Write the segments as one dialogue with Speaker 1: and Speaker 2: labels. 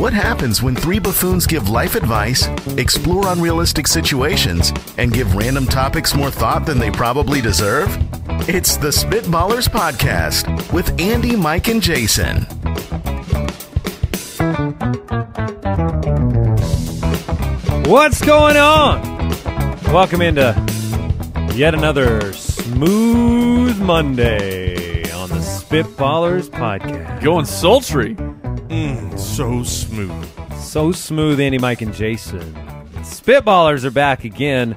Speaker 1: What happens when three buffoons give life advice, explore unrealistic situations, and give random topics more thought than they probably deserve? It's the Spitballers Podcast with Andy, Mike, and Jason.
Speaker 2: What's going on? Welcome into yet another smooth Monday on the Spitballers Podcast.
Speaker 3: Going sultry.
Speaker 4: so smooth.
Speaker 2: So smooth, Andy, Mike, and Jason. Spitballers are back again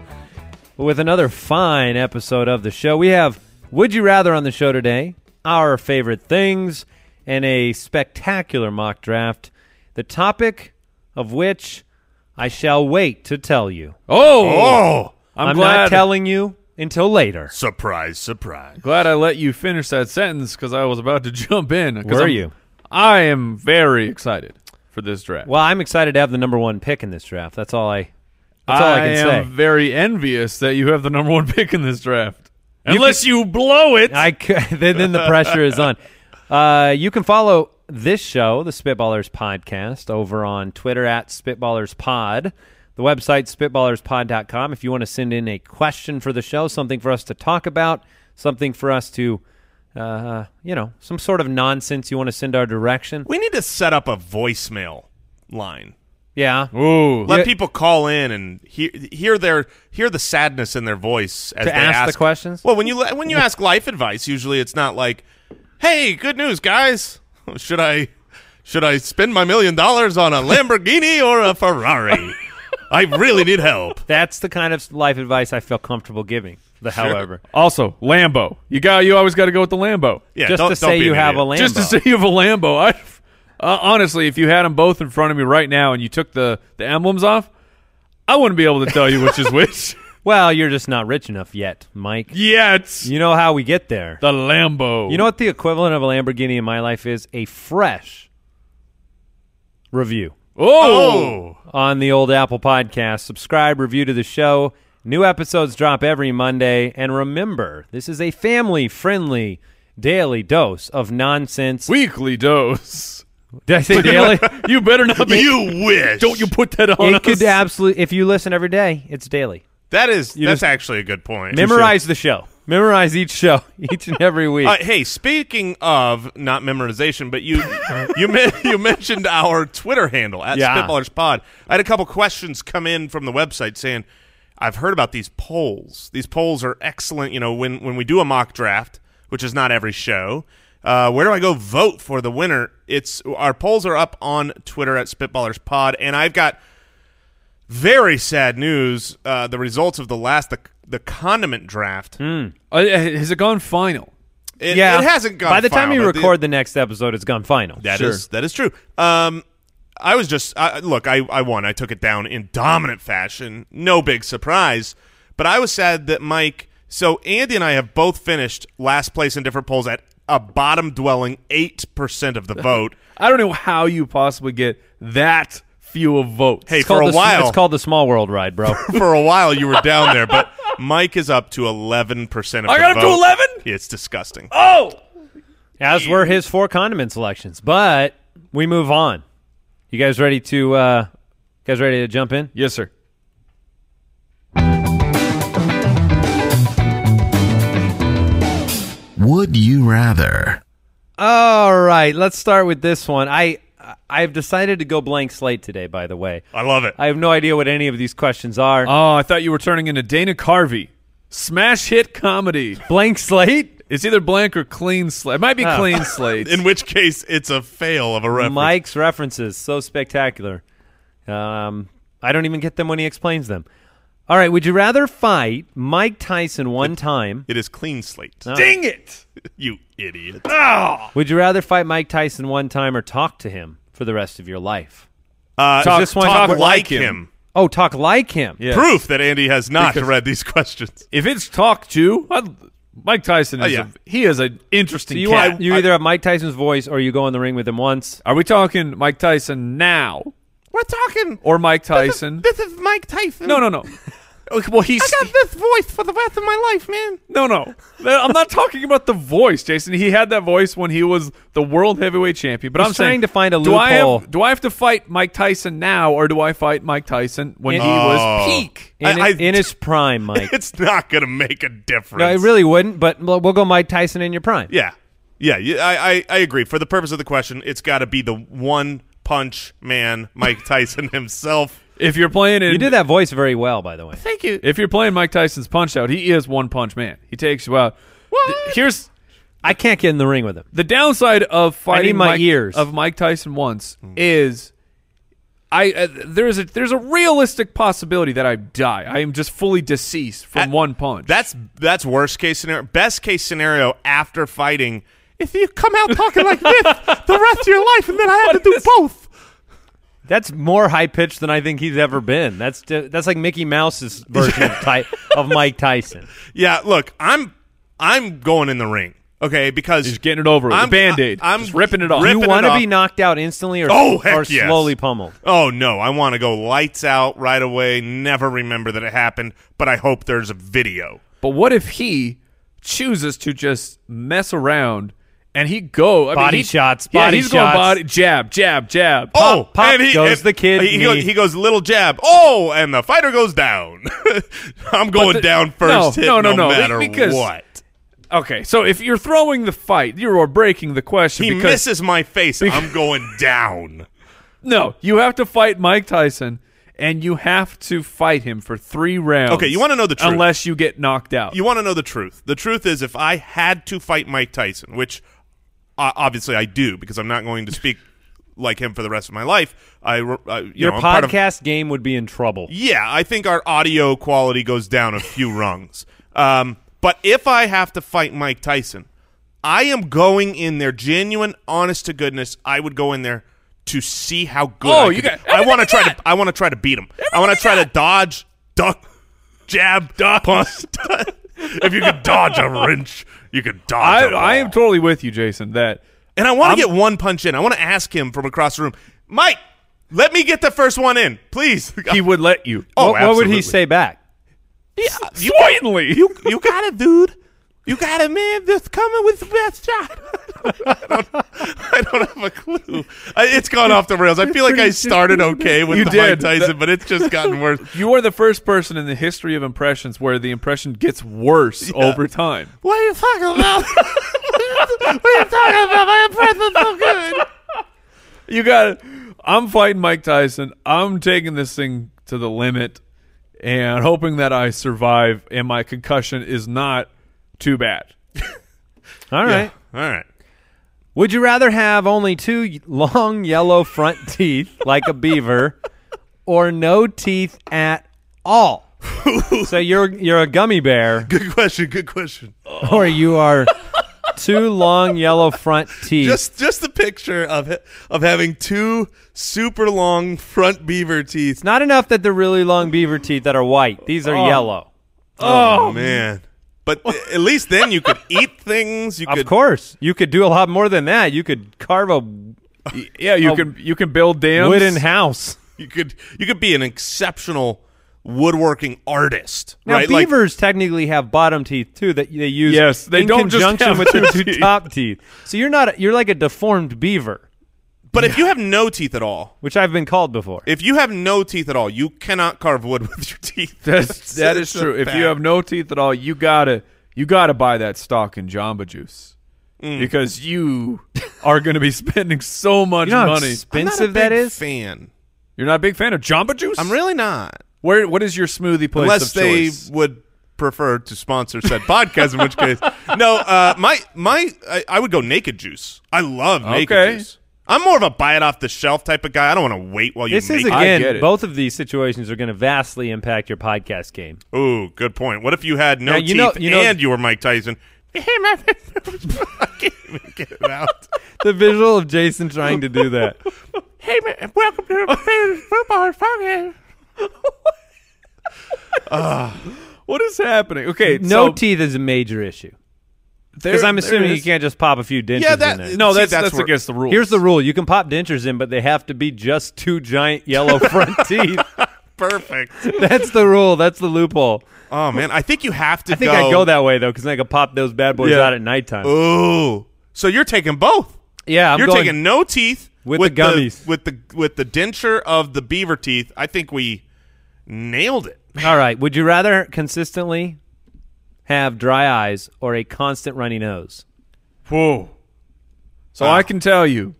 Speaker 2: with another fine episode of the show. We have Would You Rather on the show today, our favorite things, and a spectacular mock draft, the topic of which I shall wait to tell you.
Speaker 3: Oh,
Speaker 4: Oh,
Speaker 3: I'm,
Speaker 2: I'm
Speaker 3: glad.
Speaker 2: not telling you until later.
Speaker 4: surprise, surprise.
Speaker 3: glad I let you finish that sentence because I was about to jump in. 'cause
Speaker 2: Were
Speaker 3: I'm-
Speaker 2: you?
Speaker 3: I am very excited for this draft.
Speaker 2: Well, I'm excited to have the number one pick in this draft. That's all I. That's all I, can
Speaker 3: am
Speaker 2: say.
Speaker 3: very envious that you have the number one pick in this draft. Unless you blow it.
Speaker 2: I c- then, then the pressure is on. Uh, you can follow this show, the Spitballers Podcast, over on Twitter at Spitballers Pod. The website spitballerspod.com. If you want to send in a question for the show, something for us to talk about, something for us to, uh, you know, some sort of nonsense you want to send our direction.
Speaker 4: We need to set up a voicemail line.
Speaker 2: Yeah.
Speaker 3: Ooh.
Speaker 4: Let
Speaker 2: Yeah.
Speaker 4: people call in and hear hear their hear the sadness in their voice as
Speaker 2: To
Speaker 4: they
Speaker 2: ask
Speaker 4: ask
Speaker 2: the questions?
Speaker 4: Well, when you when you ask life advice, usually it's not like, "Hey, good news, guys. Should I should I spend my million dollars on a Lamborghini or a Ferrari? I really need help."
Speaker 2: That's the kind of life advice I feel comfortable giving. The however.
Speaker 3: Also, Lambo. You got. You always got to go with the Lambo.
Speaker 4: Yeah,
Speaker 2: just
Speaker 4: don't,
Speaker 2: to
Speaker 4: don't
Speaker 2: say
Speaker 4: be
Speaker 2: you
Speaker 4: an
Speaker 2: have a
Speaker 4: idiot.
Speaker 2: Lambo.
Speaker 3: Just to say you have a Lambo. I uh, honestly, if you had them both in front of me right now and you took the the emblems off, I wouldn't be able to tell you which is which.
Speaker 2: Well, you're just not rich enough yet, Mike.
Speaker 3: yeah, it's
Speaker 2: You know how we get there.
Speaker 3: the Lambo.
Speaker 2: You know what the equivalent of a Lamborghini in my life is? A fresh review
Speaker 3: Oh,
Speaker 2: on the old Apple podcast. Subscribe, review to the show. New episodes drop every Monday. And remember, this is a family friendly daily dose of nonsense.
Speaker 3: weekly dose.
Speaker 2: Did I say daily?
Speaker 3: you better not be.
Speaker 4: You wish.
Speaker 3: don't you put that on
Speaker 2: it could
Speaker 3: us.
Speaker 2: absolutely, if you listen every day, it's daily.
Speaker 4: That is that's
Speaker 2: just-
Speaker 4: actually a good point.
Speaker 2: Memorize the show. Memorize each show, each and every week.
Speaker 4: Uh, hey, speaking of not memorization, but you you men- you mentioned our Twitter handle at
Speaker 2: Yeah.
Speaker 4: Spitballers Pod. I had a couple questions come in from the website saying, "I've heard about these polls. These polls are excellent. You know, when when we do a mock draft, which is not every show." Uh, where do I go vote for the winner? It's our polls are up on Twitter at Spitballers Pod, and I've got very sad news. Uh, the results of the last the, the condiment draft.
Speaker 3: Uh, has it gone final?
Speaker 4: It,
Speaker 2: Hmm. yeah,
Speaker 4: it hasn't gone.
Speaker 2: By the time
Speaker 4: final,
Speaker 2: you
Speaker 4: but the-
Speaker 2: record the, next episode, it's gone final.
Speaker 4: That is
Speaker 3: Sure.
Speaker 4: that is true. Um, I was just I, look. I I won. I took it down in dominant fashion. No big surprise. But I was sad that Mike. So Andy and I have both finished last place in different polls at a bottom dwelling eight percent of the vote.
Speaker 3: I don't know how you possibly get that few of votes.
Speaker 4: Hey,
Speaker 2: It's called
Speaker 4: for a
Speaker 2: the sm-
Speaker 4: while,
Speaker 2: it's called the small world ride, bro.
Speaker 4: for a while you were down there, but Mike is up to eleven percent of
Speaker 3: I
Speaker 4: the
Speaker 3: got up to
Speaker 4: vote.
Speaker 3: 11?
Speaker 4: Yeah, it's disgusting.
Speaker 3: oh,
Speaker 2: As were his four condiment selections. But we move on. You guys ready to? Uh, you guys ready to jump in?
Speaker 3: yes, sir.
Speaker 1: Would you rather?
Speaker 2: All right, let's start with this one. I I've decided to go blank slate today. By the way,
Speaker 4: I love it.
Speaker 2: I have no idea what any of these questions are.
Speaker 3: Oh, I thought you were turning into Dana Carvey. Smash hit comedy.
Speaker 2: blank slate.
Speaker 3: It's either blank or clean slate. It might be
Speaker 2: Oh.
Speaker 3: clean slate.
Speaker 4: Ah. in which case, it's a fail of a reference.
Speaker 2: Mike's references so spectacular. Um, I don't even get them when he explains them. All right, would you rather fight Mike Tyson one time?
Speaker 4: it is clean slate.
Speaker 3: Dang it! Ah!
Speaker 4: You idiot.
Speaker 2: Would you rather fight Mike Tyson one time or talk to him for the rest of your life?
Speaker 4: Uh,
Speaker 2: Talk- this one
Speaker 4: talk
Speaker 2: talk
Speaker 4: like
Speaker 3: like
Speaker 4: him.
Speaker 3: him.
Speaker 2: Oh, talk like him.
Speaker 3: Yeah.
Speaker 4: Proof that Andy has not
Speaker 3: Because-
Speaker 4: read these questions.
Speaker 3: If it's talk to, i Mike Tyson is
Speaker 4: Oh, yeah.
Speaker 3: a, he is an interesting
Speaker 2: You,
Speaker 3: cat.
Speaker 2: want, you either have Mike Tyson's voice or you go in the ring with him once.
Speaker 3: Are we talking Mike Tyson now
Speaker 4: We're talking
Speaker 3: or Mike Tyson?
Speaker 4: is Mike Tyson.
Speaker 3: no, no, no. Okay, well, he's
Speaker 4: I got this voice for the rest of my life, man.
Speaker 3: no, no. I'm not talking about the voice, Jason. He had that voice when he was the world heavyweight champion. But
Speaker 2: He's
Speaker 3: I'm saying,
Speaker 2: trying to find a
Speaker 3: do I have-
Speaker 2: loophole.
Speaker 3: do I have to fight Mike Tyson now, or do I fight Mike Tyson when
Speaker 2: In-
Speaker 3: he was
Speaker 4: Oh.
Speaker 3: peak?
Speaker 2: in,
Speaker 4: I- I-
Speaker 2: in his prime, Mike.
Speaker 4: It's not gonna make a difference.
Speaker 2: no, it really wouldn't. But we'll we'll go Mike Tyson in your prime.
Speaker 4: Yeah, yeah. you- I I, I agree. For the purpose of the question, it's got to be the one punch man, Mike Tyson himself.
Speaker 3: If you're playing, in,
Speaker 2: You did that voice very well, by the way.
Speaker 4: Thank you.
Speaker 3: If you're playing Mike Tyson's Punch Out, he is one punch man. He takes you out. Th- Here's
Speaker 2: I can't get in the ring with him.
Speaker 3: the downside of fighting Hmm.
Speaker 2: my
Speaker 3: Mike,
Speaker 2: ears.
Speaker 3: of Mike Tyson once is I uh, there's a there's a realistic possibility that I die. I am just fully deceased from
Speaker 4: That-
Speaker 3: one punch.
Speaker 4: That's that's worst case scenario. Best case scenario after fighting, if you come out talking like this the rest of your life, and then I have to do both.
Speaker 2: That's more high pitched than I think he's ever been. That's ju- that's like Mickey Mouse's version of, Ty- of Mike Tyson.
Speaker 4: Yeah, look, I'm I'm going in the ring, okay? Because
Speaker 3: just getting it over with.
Speaker 4: I'm-
Speaker 3: Band aid.
Speaker 4: I- I'm
Speaker 3: Just ripping it off.
Speaker 2: you
Speaker 4: ripping
Speaker 2: want
Speaker 4: it
Speaker 2: to
Speaker 4: off.
Speaker 2: be knocked out instantly or,
Speaker 4: Oh, heck
Speaker 2: or
Speaker 4: yes.
Speaker 2: slowly pummeled?
Speaker 4: Oh no, I want to go lights out right away. Never remember that it happened, but I hope there's a video.
Speaker 3: but what if he chooses to just mess around and he go I mean,
Speaker 2: Body
Speaker 3: he-
Speaker 2: shots,
Speaker 3: Yeah,
Speaker 2: body
Speaker 3: he's going
Speaker 2: shots.
Speaker 3: body jab, jab, jab.
Speaker 4: Oh,
Speaker 2: pop
Speaker 4: and he,
Speaker 2: goes
Speaker 4: and
Speaker 2: the kid
Speaker 4: He,
Speaker 2: knee.
Speaker 4: goes, he goes little jab. Oh, and the fighter goes down. I'm going
Speaker 3: the-
Speaker 4: down first.
Speaker 3: no,
Speaker 4: hit,
Speaker 3: no, no, no, be-
Speaker 4: matter
Speaker 3: because-
Speaker 4: what.
Speaker 3: Okay, so if you're throwing the fight, you are breaking the question
Speaker 4: He
Speaker 3: because
Speaker 4: misses my face. I'm going down.
Speaker 3: no, you have to fight Mike Tyson and you have to fight him for 3 rounds.
Speaker 4: Okay, you wanna know the truth.
Speaker 3: Unless you get knocked out.
Speaker 4: You want to know the truth? The truth is, if I had to fight Mike Tyson, which uh, obviously I do because I'm not going to speak like him for the rest of my life, I, re- I you
Speaker 2: Your
Speaker 4: know, I'm part of-
Speaker 2: podcast game would be in trouble.
Speaker 4: Yeah, I think our audio quality goes down a few rungs. Um, but if I have to fight Mike Tyson, I am going in there genuine, honest to goodness. I would go in there to see how good.
Speaker 3: Oh,
Speaker 4: I
Speaker 3: you
Speaker 4: could
Speaker 3: got-
Speaker 4: do. I want to
Speaker 3: everything
Speaker 4: try
Speaker 3: you
Speaker 4: to. I want to try to beat him. I want to try to dodge, duck, jab, punch. if you could dodge a wrench, you could
Speaker 3: I,
Speaker 4: dodge. a
Speaker 3: I am
Speaker 4: ball.
Speaker 3: totally with you, Jason, that
Speaker 4: And I want to get one punch in. I want to ask him from across the room, Mike. Let me get the first one in, please.
Speaker 3: he would let you.
Speaker 4: Oh,
Speaker 2: what, what would he
Speaker 4: absolutely.
Speaker 2: say back?
Speaker 4: you
Speaker 3: Certainly.
Speaker 4: You you got it, dude. You got it, man. Just coming with the best shot. I, don't, I don't have a clue. I, it's gone off the rails. I feel like I started okay with
Speaker 3: You
Speaker 4: the
Speaker 3: did.
Speaker 4: Mike Tyson, but it's just gotten worse.
Speaker 3: You are the first person in the history of impressions where the impression gets worse over time.
Speaker 4: What are you talking about? what are you talking about? My impression's so good.
Speaker 3: You got it. I'm fighting Mike Tyson. I'm taking this thing to the limit and hoping that I survive and my concussion is not too bad.
Speaker 2: All right.
Speaker 4: All right.
Speaker 2: Would you rather have only two y- long yellow front teeth like a beaver or no teeth at all? so you're you're a gummy bear
Speaker 4: Good question. Good question.
Speaker 2: or you are two long yellow front teeth.
Speaker 4: Just just the picture of it, of having two super long front beaver teeth.
Speaker 2: it's not enough that they're really long beaver teeth that are white. These are yellow.
Speaker 4: Oh, man. But at least then you could eat things. You
Speaker 2: Of
Speaker 4: could
Speaker 2: course. You could do a lot more than that. You could carve a
Speaker 3: Y- Yeah,
Speaker 4: Oh.
Speaker 3: you can you can build dams.
Speaker 2: wooden house.
Speaker 4: You could you could be an exceptional woodworking artist,
Speaker 2: Now
Speaker 4: right? Like,
Speaker 2: beavers technically have bottom teeth too that they use.
Speaker 3: Yes, they
Speaker 2: in
Speaker 3: don't just
Speaker 2: conjunction
Speaker 3: have
Speaker 2: with their two
Speaker 3: two teeth.
Speaker 2: top teeth. So you're not. You're like a deformed beaver,
Speaker 4: but if you have no teeth at all,
Speaker 2: which I've been called before.
Speaker 4: if you have no teeth at all, you cannot carve wood with your teeth.
Speaker 3: That's, that is
Speaker 4: It's a
Speaker 3: true. If
Speaker 4: fact.
Speaker 3: you have no teeth at all, you gotta you gotta buy that stock in Jamba Juice because you are going to be spending so much
Speaker 2: you know how
Speaker 3: money.
Speaker 4: I'm not a
Speaker 2: expensive that
Speaker 4: big
Speaker 2: is.
Speaker 4: fan.
Speaker 3: You're not a big fan of Jamba Juice.
Speaker 4: I'm really not,
Speaker 3: Where what is your smoothie place
Speaker 4: unless
Speaker 3: of
Speaker 4: they
Speaker 3: choice?
Speaker 4: would prefer to sponsor said podcast. In which case, no. Uh, my my, I, I would go naked juice. I love naked
Speaker 3: Okay.
Speaker 4: juice. I'm more of a buy it off the shelf type of guy. I don't want to wait while you
Speaker 2: This
Speaker 4: make
Speaker 2: is
Speaker 4: it.
Speaker 3: I get
Speaker 2: again.
Speaker 3: it.
Speaker 2: Both of these situations are going to vastly impact your podcast game.
Speaker 4: Ooh, good point. What if you had no
Speaker 2: Now, you
Speaker 4: teeth
Speaker 2: know- you know-
Speaker 4: and you were Mike Tyson? I can't even get it out.
Speaker 2: The visual of Jason trying to do that.
Speaker 4: Hey, man, welcome to the football podcast.
Speaker 3: What is happening? Okay,
Speaker 2: No
Speaker 3: so
Speaker 2: teeth is a major issue because I'm assuming you can't just pop a few dentures
Speaker 4: Yeah, that-
Speaker 2: in there.
Speaker 4: See,
Speaker 3: No, that's that's,
Speaker 4: where-
Speaker 3: against the rules.
Speaker 2: Here's the rule: you can pop dentures in, but they have to be just two giant yellow front teeth.
Speaker 4: perfect.
Speaker 2: That's the rule. That's the loophole.
Speaker 4: Oh man, I think you have to.
Speaker 2: I think I go that way though, because I could pop those bad boys
Speaker 3: Yeah.
Speaker 2: out at nighttime.
Speaker 4: Ooh, so you're taking both.
Speaker 2: yeah, I'm
Speaker 4: you're
Speaker 2: going-
Speaker 4: taking no teeth
Speaker 2: With the gummies.
Speaker 4: with the with the denture of the beaver teeth. I think we nailed it.
Speaker 2: All right. Would you rather consistently have dry eyes or a constant runny nose?
Speaker 3: Whoa. So I can tell you,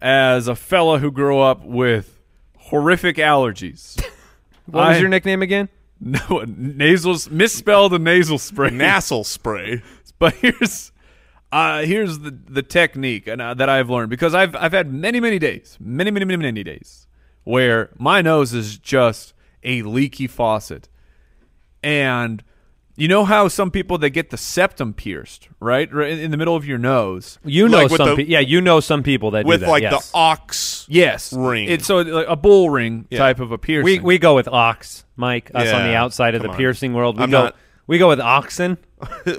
Speaker 3: as a fella who grew up with horrific allergies,
Speaker 2: What was
Speaker 3: I-
Speaker 2: your nickname again?
Speaker 3: no nasal misspelled a nasal spray.
Speaker 4: Nasal spray.
Speaker 3: but here's uh, here's the the technique and, uh, that I've learned because I've I've had many many days, many many many many days where my nose is just a leaky faucet, and you know how some people they get the septum pierced right, right in, in the middle of your nose.
Speaker 2: You know
Speaker 4: Like with
Speaker 2: some.
Speaker 4: the-
Speaker 2: pe- yeah, you know some people that
Speaker 4: with
Speaker 2: do that.
Speaker 4: like
Speaker 2: yes.
Speaker 4: the ox.
Speaker 3: Yes,
Speaker 4: Ring.
Speaker 3: It's so like a bull ring type of a piercing.
Speaker 2: we we go with ox, Mike. Us on the
Speaker 4: Yeah,
Speaker 2: outside of the
Speaker 4: come on.
Speaker 2: piercing world. We
Speaker 4: I'm
Speaker 2: go.
Speaker 4: not-
Speaker 2: we go with oxen.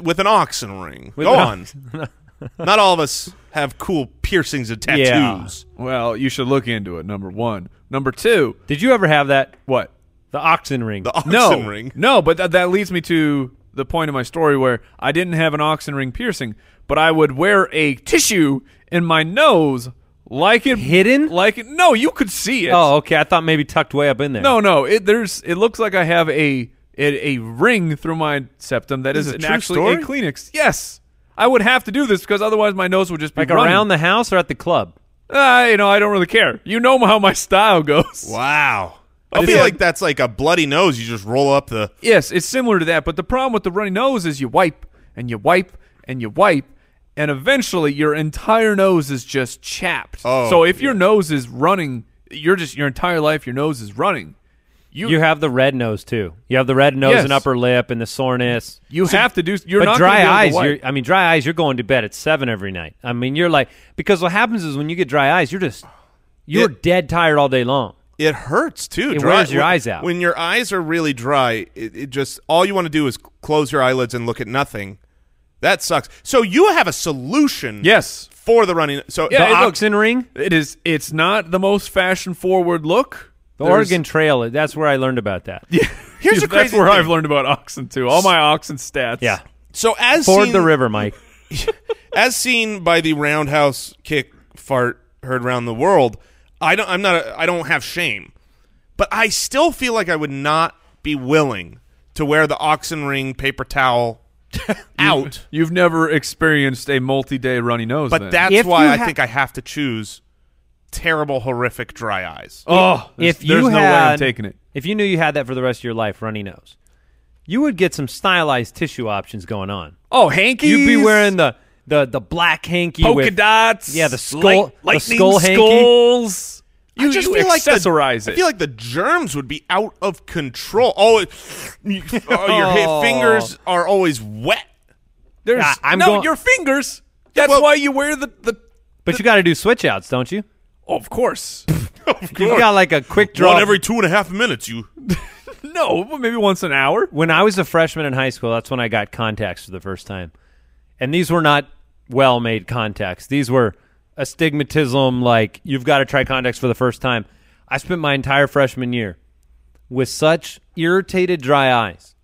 Speaker 4: with an oxen ring.
Speaker 2: With
Speaker 4: Go
Speaker 2: an
Speaker 4: on. Not all of us have cool piercings and tattoos.
Speaker 2: Yeah.
Speaker 3: well, you should look into it. Number one, number two,
Speaker 2: Did you ever have that?
Speaker 3: what?
Speaker 2: The oxen ring.
Speaker 4: The oxen
Speaker 3: no,
Speaker 4: ring.
Speaker 3: No, but th- that leads me to the point of my story where I didn't have an oxen ring piercing, but I would wear a tissue in my nose like it
Speaker 2: Hidden?
Speaker 3: like it. No, you could see it.
Speaker 2: oh, okay. I thought maybe tucked way up in there.
Speaker 3: no, no. It there's it looks like I have a a, a ring through my septum that
Speaker 4: This
Speaker 3: is
Speaker 4: is a
Speaker 3: an-
Speaker 4: true
Speaker 3: actually a
Speaker 4: story?
Speaker 3: Kleenex. Yes. I would have to do this because otherwise my nose would just be
Speaker 2: like
Speaker 3: running.
Speaker 2: around the house or at the club.
Speaker 3: Ah, you know, I don't really care. You know how my style goes.
Speaker 4: Wow. I,
Speaker 3: just
Speaker 4: feel
Speaker 3: had-
Speaker 4: like that's like a bloody nose. You just roll up the.
Speaker 3: Yes, it's similar to that, but the problem with the runny nose is you wipe and you wipe and you wipe, and eventually your entire nose is just chapped.
Speaker 4: Oh,
Speaker 3: so if your nose is running, you're just your entire life your nose is running. You
Speaker 2: You
Speaker 3: you,
Speaker 2: have the red nose too. You have the red nose and
Speaker 3: Yes.
Speaker 2: upper lip and the soreness.
Speaker 3: have to do. You're
Speaker 2: but
Speaker 3: not
Speaker 2: dry
Speaker 3: gonna be
Speaker 2: eyes,
Speaker 3: able to
Speaker 2: you're,
Speaker 3: wipe.
Speaker 2: I mean, dry eyes. You're going to bed at seven every night. I mean, you're like because what happens is when you get dry eyes, you're just you're
Speaker 4: It-
Speaker 2: dead tired all day long.
Speaker 4: It hurts too.
Speaker 2: It wears your
Speaker 4: when-
Speaker 2: eyes out.
Speaker 4: When your eyes are really dry, it, it just all you want to do is close your eyelids and look at nothing. That sucks. So you have a solution.
Speaker 3: Yes.
Speaker 4: For the running. So
Speaker 3: Yeah,
Speaker 2: The
Speaker 3: it looks-
Speaker 2: oxen ring,
Speaker 3: It is. It's not the most fashion forward look.
Speaker 2: the
Speaker 3: There's-
Speaker 2: Oregon Trail. That's where I learned about that. Yeah,
Speaker 4: here's a
Speaker 3: That's
Speaker 4: crazy.
Speaker 3: where
Speaker 4: thing.
Speaker 3: I've learned about oxen too. All my oxen stats.
Speaker 4: So as
Speaker 2: ford
Speaker 4: seen,
Speaker 2: the river, Mike.
Speaker 4: as seen by the roundhouse kick fart heard around the world, I don't. I'm not. A, I don't have shame, but I still feel like I would not be willing to wear the oxen ring paper towel out.
Speaker 3: You've never experienced a multi-day runny nose.
Speaker 4: But
Speaker 3: then.
Speaker 4: that's
Speaker 2: If
Speaker 4: why
Speaker 2: you
Speaker 4: I
Speaker 2: ha-
Speaker 4: think I have to choose terrible, horrific dry eyes.
Speaker 3: oh, there's-
Speaker 2: if you
Speaker 3: there's no way
Speaker 2: had
Speaker 3: I'm taking it.
Speaker 2: if you knew you had that for the rest of your life, runny nose, you would get some stylized tissue options going on.
Speaker 3: Oh, hanky.
Speaker 2: You'd be wearing the the the black hanky
Speaker 3: polka
Speaker 2: with
Speaker 3: dots.
Speaker 2: yeah, the skull-
Speaker 3: light-
Speaker 2: the
Speaker 3: lightning
Speaker 2: skull hanky.
Speaker 3: skulls. You,
Speaker 4: just
Speaker 3: you
Speaker 4: feel like the-
Speaker 3: accessorize
Speaker 4: I feel like the germs would be out of control. Oh, it, you- oh, your
Speaker 2: Oh.
Speaker 4: ha- fingers are always wet.
Speaker 3: it. There's
Speaker 2: Ah, I'm
Speaker 3: no
Speaker 2: going-
Speaker 3: your fingers. That's
Speaker 4: Well-
Speaker 3: why you wear the the.
Speaker 2: But you got to do switch outs, don't you?
Speaker 3: Oh, of course.
Speaker 2: You've got like a quick draw.
Speaker 4: One every two and a half minutes. You
Speaker 3: no, but maybe once an hour.
Speaker 2: when I was a freshman in high school, that's when I got contacts for the first time. And these were not well made contacts. These were astigmatism, like you've got to try contacts for the first time. I spent my entire freshman year with such irritated dry eyes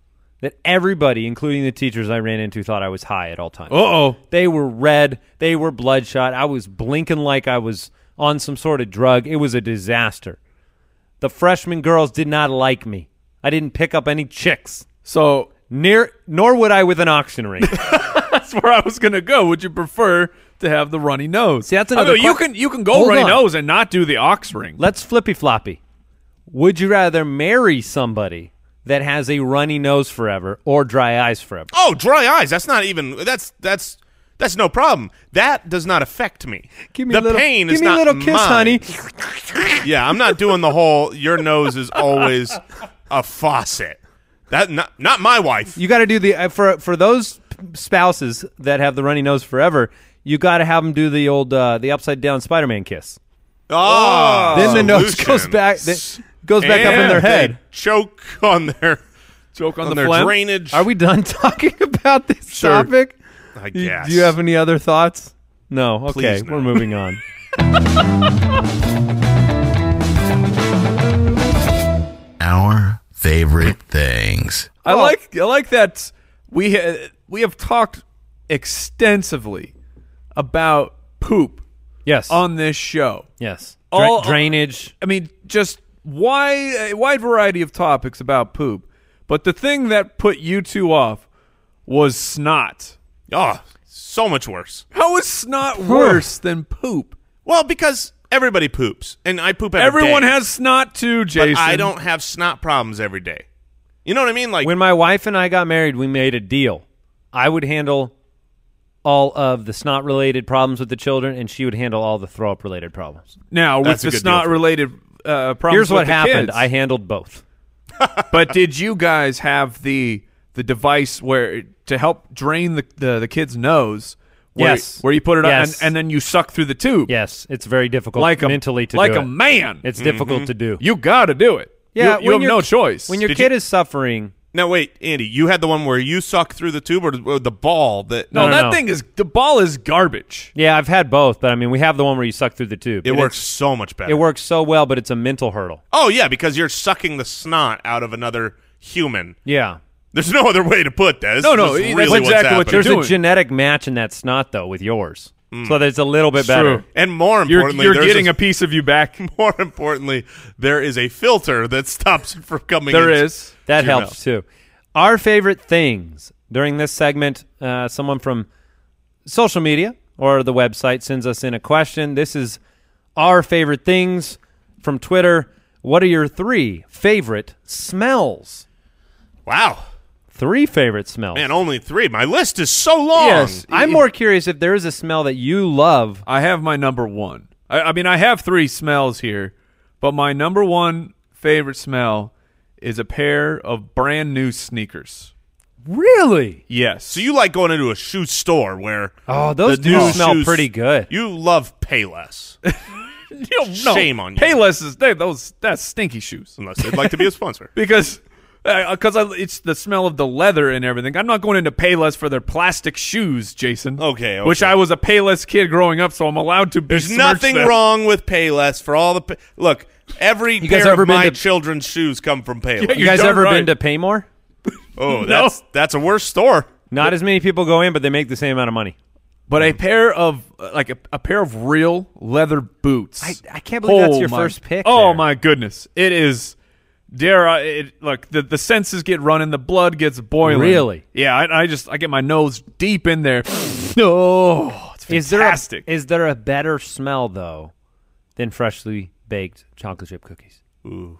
Speaker 2: that everybody, including the teachers I ran into, thought I was high at all times.
Speaker 3: Uh oh.
Speaker 2: They were red. They were bloodshot. I was blinking like I was on some sort of drug. It was a disaster. The freshman girls did not like me. I didn't pick up any chicks.
Speaker 3: So
Speaker 2: Near, nor would I with an auction ring.
Speaker 3: that's where I was gonna go. Would you prefer to have the runny nose?
Speaker 2: See, that's
Speaker 3: I
Speaker 2: another
Speaker 3: mean, you
Speaker 2: que-
Speaker 3: can you can go
Speaker 2: Hold
Speaker 3: runny
Speaker 2: on.
Speaker 3: nose and not do the ox ring.
Speaker 2: Let's flippy floppy. Would you rather marry somebody that has a runny nose forever or dry eyes forever?
Speaker 4: Oh, dry eyes. That's not even. That's that's that's no problem. That does not affect me.
Speaker 2: Give me
Speaker 4: the
Speaker 2: a little,
Speaker 4: pain
Speaker 2: give
Speaker 4: is
Speaker 2: me
Speaker 4: not
Speaker 2: a little kiss,
Speaker 4: mine.
Speaker 2: honey.
Speaker 4: Yeah, I'm not doing the whole. Your nose is always a faucet. That not not my wife.
Speaker 2: You got to do the uh, for for those spouses that have the runny nose forever. You got to have them do the old uh, the upside down Spider Man kiss.
Speaker 3: Ah,
Speaker 4: Oh,
Speaker 2: then the nose
Speaker 4: solution.
Speaker 2: goes back th- goes back up in
Speaker 4: And
Speaker 2: their
Speaker 4: they
Speaker 2: head.
Speaker 4: choke on their
Speaker 3: Joke on,
Speaker 4: on
Speaker 3: the
Speaker 4: their
Speaker 3: phlegm.
Speaker 4: drainage.
Speaker 2: Are we done talking about this
Speaker 4: Sure.
Speaker 2: topic?
Speaker 4: I
Speaker 2: You-
Speaker 4: guess.
Speaker 2: Do you have any other thoughts? No. Okay,
Speaker 4: Please no.
Speaker 2: we're moving on.
Speaker 1: our favorite things.
Speaker 3: I like I like that we ha- we have talked extensively about poop
Speaker 2: Yes.
Speaker 3: on this show.
Speaker 2: yes. Dra-
Speaker 3: All-
Speaker 2: drainage.
Speaker 3: I mean, just why a wide variety of topics about poop. But the thing that put you two off was snot.
Speaker 4: Oh, so much worse.
Speaker 3: How is snot worse than poop?
Speaker 4: Well, because everybody poops, and I poop every
Speaker 3: Everyone
Speaker 4: day,
Speaker 3: has snot too,
Speaker 4: But
Speaker 3: Jason.
Speaker 4: I don't have snot problems every day. You know what I mean? Like
Speaker 2: When my wife and I got married, we made a deal. I would handle all of the snot related problems with the children, and she would handle all the throw up related problems.
Speaker 3: Now with
Speaker 4: That's a
Speaker 3: the
Speaker 4: good deal for
Speaker 3: snot related uh, problems.
Speaker 2: Here's
Speaker 3: with
Speaker 2: what
Speaker 3: the
Speaker 2: happened
Speaker 3: kids.
Speaker 2: I handled both.
Speaker 3: but did you guys have the the device where to help drain the the, the kid's nose? Where,
Speaker 2: Yes.
Speaker 3: Where you put it
Speaker 2: Yes.
Speaker 3: on and, and then you suck through the tube.
Speaker 2: Yes, it's very difficult
Speaker 3: Like a,
Speaker 2: mentally to
Speaker 3: like
Speaker 2: do
Speaker 3: a
Speaker 2: it.
Speaker 3: man.
Speaker 2: It's difficult to do.
Speaker 3: you got to do it.
Speaker 2: Yeah,
Speaker 3: You, you
Speaker 2: when
Speaker 3: have
Speaker 2: your-
Speaker 3: no choice.
Speaker 2: When your
Speaker 4: Did
Speaker 2: kid
Speaker 4: you-
Speaker 2: is suffering,
Speaker 4: now, wait, Andy, you had the one where you suck through the tube or, or the ball that
Speaker 3: no,
Speaker 2: no,
Speaker 3: that
Speaker 2: no.
Speaker 3: thing is the ball is garbage.
Speaker 2: yeah, I've had both, but I mean, we have the one where you suck through the tube.
Speaker 4: it
Speaker 2: And
Speaker 4: works
Speaker 2: it's-
Speaker 4: so much better.
Speaker 2: It works so well, but it's a mental hurdle.
Speaker 4: Oh yeah, because you're sucking the snot out of another human.
Speaker 2: Yeah.
Speaker 4: There's no other way to put that. This
Speaker 3: No,
Speaker 4: is
Speaker 3: no,
Speaker 4: just
Speaker 3: that's
Speaker 4: really what's
Speaker 3: exactly what
Speaker 4: happening.
Speaker 3: you're
Speaker 2: There's a
Speaker 3: doing.
Speaker 2: genetic match in that snot, though, with yours. So that it's a little bit better.
Speaker 3: true.
Speaker 4: And more
Speaker 3: You're
Speaker 4: importantly,
Speaker 3: you're
Speaker 4: there's
Speaker 3: getting
Speaker 4: a,
Speaker 3: a piece of you back.
Speaker 4: more importantly, there is a filter that stops it from coming.
Speaker 3: There
Speaker 4: into-
Speaker 3: is.
Speaker 2: That
Speaker 4: Your
Speaker 2: helps too. Our favorite things during this segment, uh, someone from social media or the website sends us in a question. This is our favorite things from Twitter. What are your three favorite smells?
Speaker 4: Wow,
Speaker 2: Three favorite smells.
Speaker 4: man, only three. My list is so long.
Speaker 3: Yes.
Speaker 2: I'm more curious if there is a smell that you love.
Speaker 3: I have my number one. I, I mean, I have three smells here, but my number one favorite smell is a pair of brand new sneakers.
Speaker 2: Really?
Speaker 3: Yes.
Speaker 4: So you like going into a shoe store where
Speaker 2: Oh, those
Speaker 4: the
Speaker 2: do
Speaker 4: new
Speaker 2: smell
Speaker 4: shoes-
Speaker 2: pretty good.
Speaker 4: You love Payless, shame on you.
Speaker 3: Payless is they, those that's stinky shoes
Speaker 4: unless they'd like to be a sponsor.
Speaker 3: because because I it's the smell of the leather and everything. I'm not going into Payless for their plastic shoes, Jason.
Speaker 4: Okay, okay.
Speaker 3: Which I was a Payless kid growing up, so I'm allowed to.
Speaker 4: There's nothing wrong with Payless for all the pa- look. Every
Speaker 2: guys
Speaker 4: pair
Speaker 2: ever
Speaker 4: of
Speaker 2: been
Speaker 4: my
Speaker 2: to-
Speaker 4: children's shoes come from Payless.
Speaker 3: Yeah,
Speaker 2: You
Speaker 3: You're
Speaker 2: guys
Speaker 3: darn
Speaker 2: ever been
Speaker 3: right.
Speaker 2: to Paymore?
Speaker 4: Oh, that's that's a worse store.
Speaker 2: Not as many people go in, but they make the same amount of money.
Speaker 3: But a pair of uh, like a, a pair of real leather boots.
Speaker 2: I- I can't believe that's your first pick
Speaker 3: Oh
Speaker 2: there.
Speaker 3: my goodness, it is. Dare I? It, look, the the senses get running, the blood gets boiling.
Speaker 2: Really?
Speaker 3: Yeah. I, I just I get my nose deep in there. oh, it's fantastic.
Speaker 2: Is there a, is there a better smell though than freshly baked chocolate chip cookies? Ooh.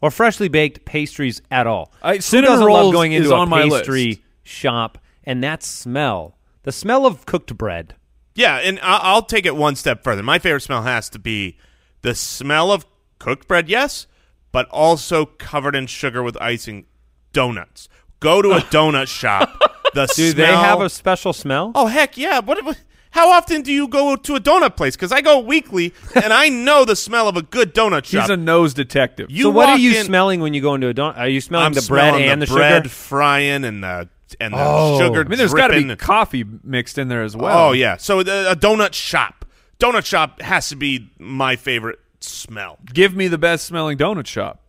Speaker 2: Or freshly baked pastries at all?
Speaker 3: I-
Speaker 2: Who
Speaker 3: cinnamon
Speaker 2: doesn't love
Speaker 3: rolls
Speaker 2: going
Speaker 3: is
Speaker 2: into a
Speaker 3: on my list.
Speaker 2: pastry shop and that smell? The smell of cooked bread.
Speaker 4: Yeah, and I- I'll take it one step further. My favorite smell has to be the smell of cooked bread, yes, but also covered in sugar with icing donuts. Go to a donut shop. The
Speaker 2: Do
Speaker 4: smell.
Speaker 2: they have a special smell?
Speaker 4: Oh heck yeah! What? what- How often do you go to a donut place? Because I go weekly, and I know the smell of a good donut shop.
Speaker 3: He's a nose detective.
Speaker 4: you
Speaker 2: so what are
Speaker 4: walk
Speaker 2: you
Speaker 4: in-
Speaker 2: smelling when you go into a donut? Are you smelling
Speaker 4: I'm
Speaker 2: the bread
Speaker 4: smelling
Speaker 2: and the,
Speaker 4: bread
Speaker 2: sugar?
Speaker 4: frying and the and the
Speaker 2: Oh.
Speaker 4: sugar.
Speaker 3: I mean, there's got to be
Speaker 4: dripping.
Speaker 3: coffee mixed in there as well.
Speaker 4: Oh yeah. So the, a donut shop. Donut shop has to be my favorite smell.
Speaker 3: Give me the best smelling donut shop.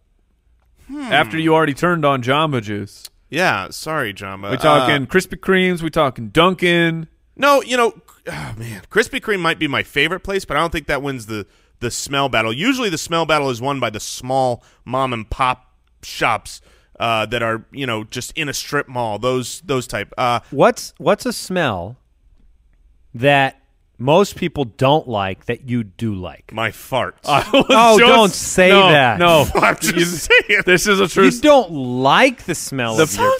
Speaker 4: Hmm.
Speaker 3: After you already turned on Jamba Juice,
Speaker 4: Yeah. Sorry, Jamba. Uh,
Speaker 3: we talking Krispy Kremes, we talking Dunkin'.
Speaker 4: no, you know, oh, man, Krispy Kreme might be my favorite place, but I don't think that wins the the smell battle. Usually, the smell battle is won by the small mom and pop shops. Uh, that are you know just in a strip mall those those type uh,
Speaker 2: What's what's a smell that most people don't like that you do like?
Speaker 4: my farts
Speaker 3: Uh,
Speaker 2: Oh, don't say
Speaker 3: no,
Speaker 2: that.
Speaker 3: No,
Speaker 4: I'm just saying
Speaker 3: this is a true.
Speaker 2: You don't like the smell
Speaker 3: The
Speaker 2: of your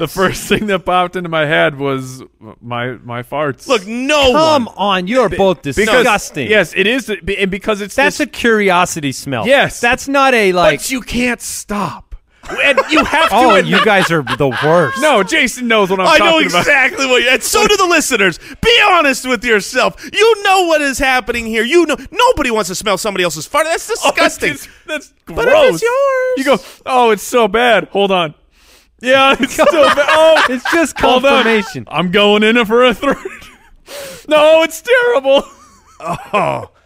Speaker 3: The first thing that popped into my head was my my farts.
Speaker 4: look no
Speaker 2: Come
Speaker 4: one
Speaker 2: on, you are both
Speaker 3: Because-
Speaker 2: disgusting.
Speaker 3: Yes, it is, and because it's
Speaker 2: that's
Speaker 3: this-
Speaker 2: a curiosity smell.
Speaker 3: Yes.
Speaker 2: that's not a like.
Speaker 3: but you can't stop, and you have to.
Speaker 2: oh,
Speaker 3: admit-
Speaker 2: you guys are the worst.
Speaker 3: no, Jason knows what I'm
Speaker 4: I
Speaker 3: talking
Speaker 4: know
Speaker 3: about.
Speaker 4: exactly what you and so do the listeners. Be honest with yourself. You know what is happening here. You know nobody wants to smell somebody else's fart. That's
Speaker 3: Oh,
Speaker 4: disgusting.
Speaker 3: That's, that's
Speaker 4: if
Speaker 3: gross.
Speaker 4: it's yours-
Speaker 3: You go. Oh, it's so bad. Hold on. Yeah, it's so bad. Oh,
Speaker 2: it's just
Speaker 3: hold on.
Speaker 2: confirmation.
Speaker 3: I'm going in for a third. no, it's terrible.
Speaker 4: oh.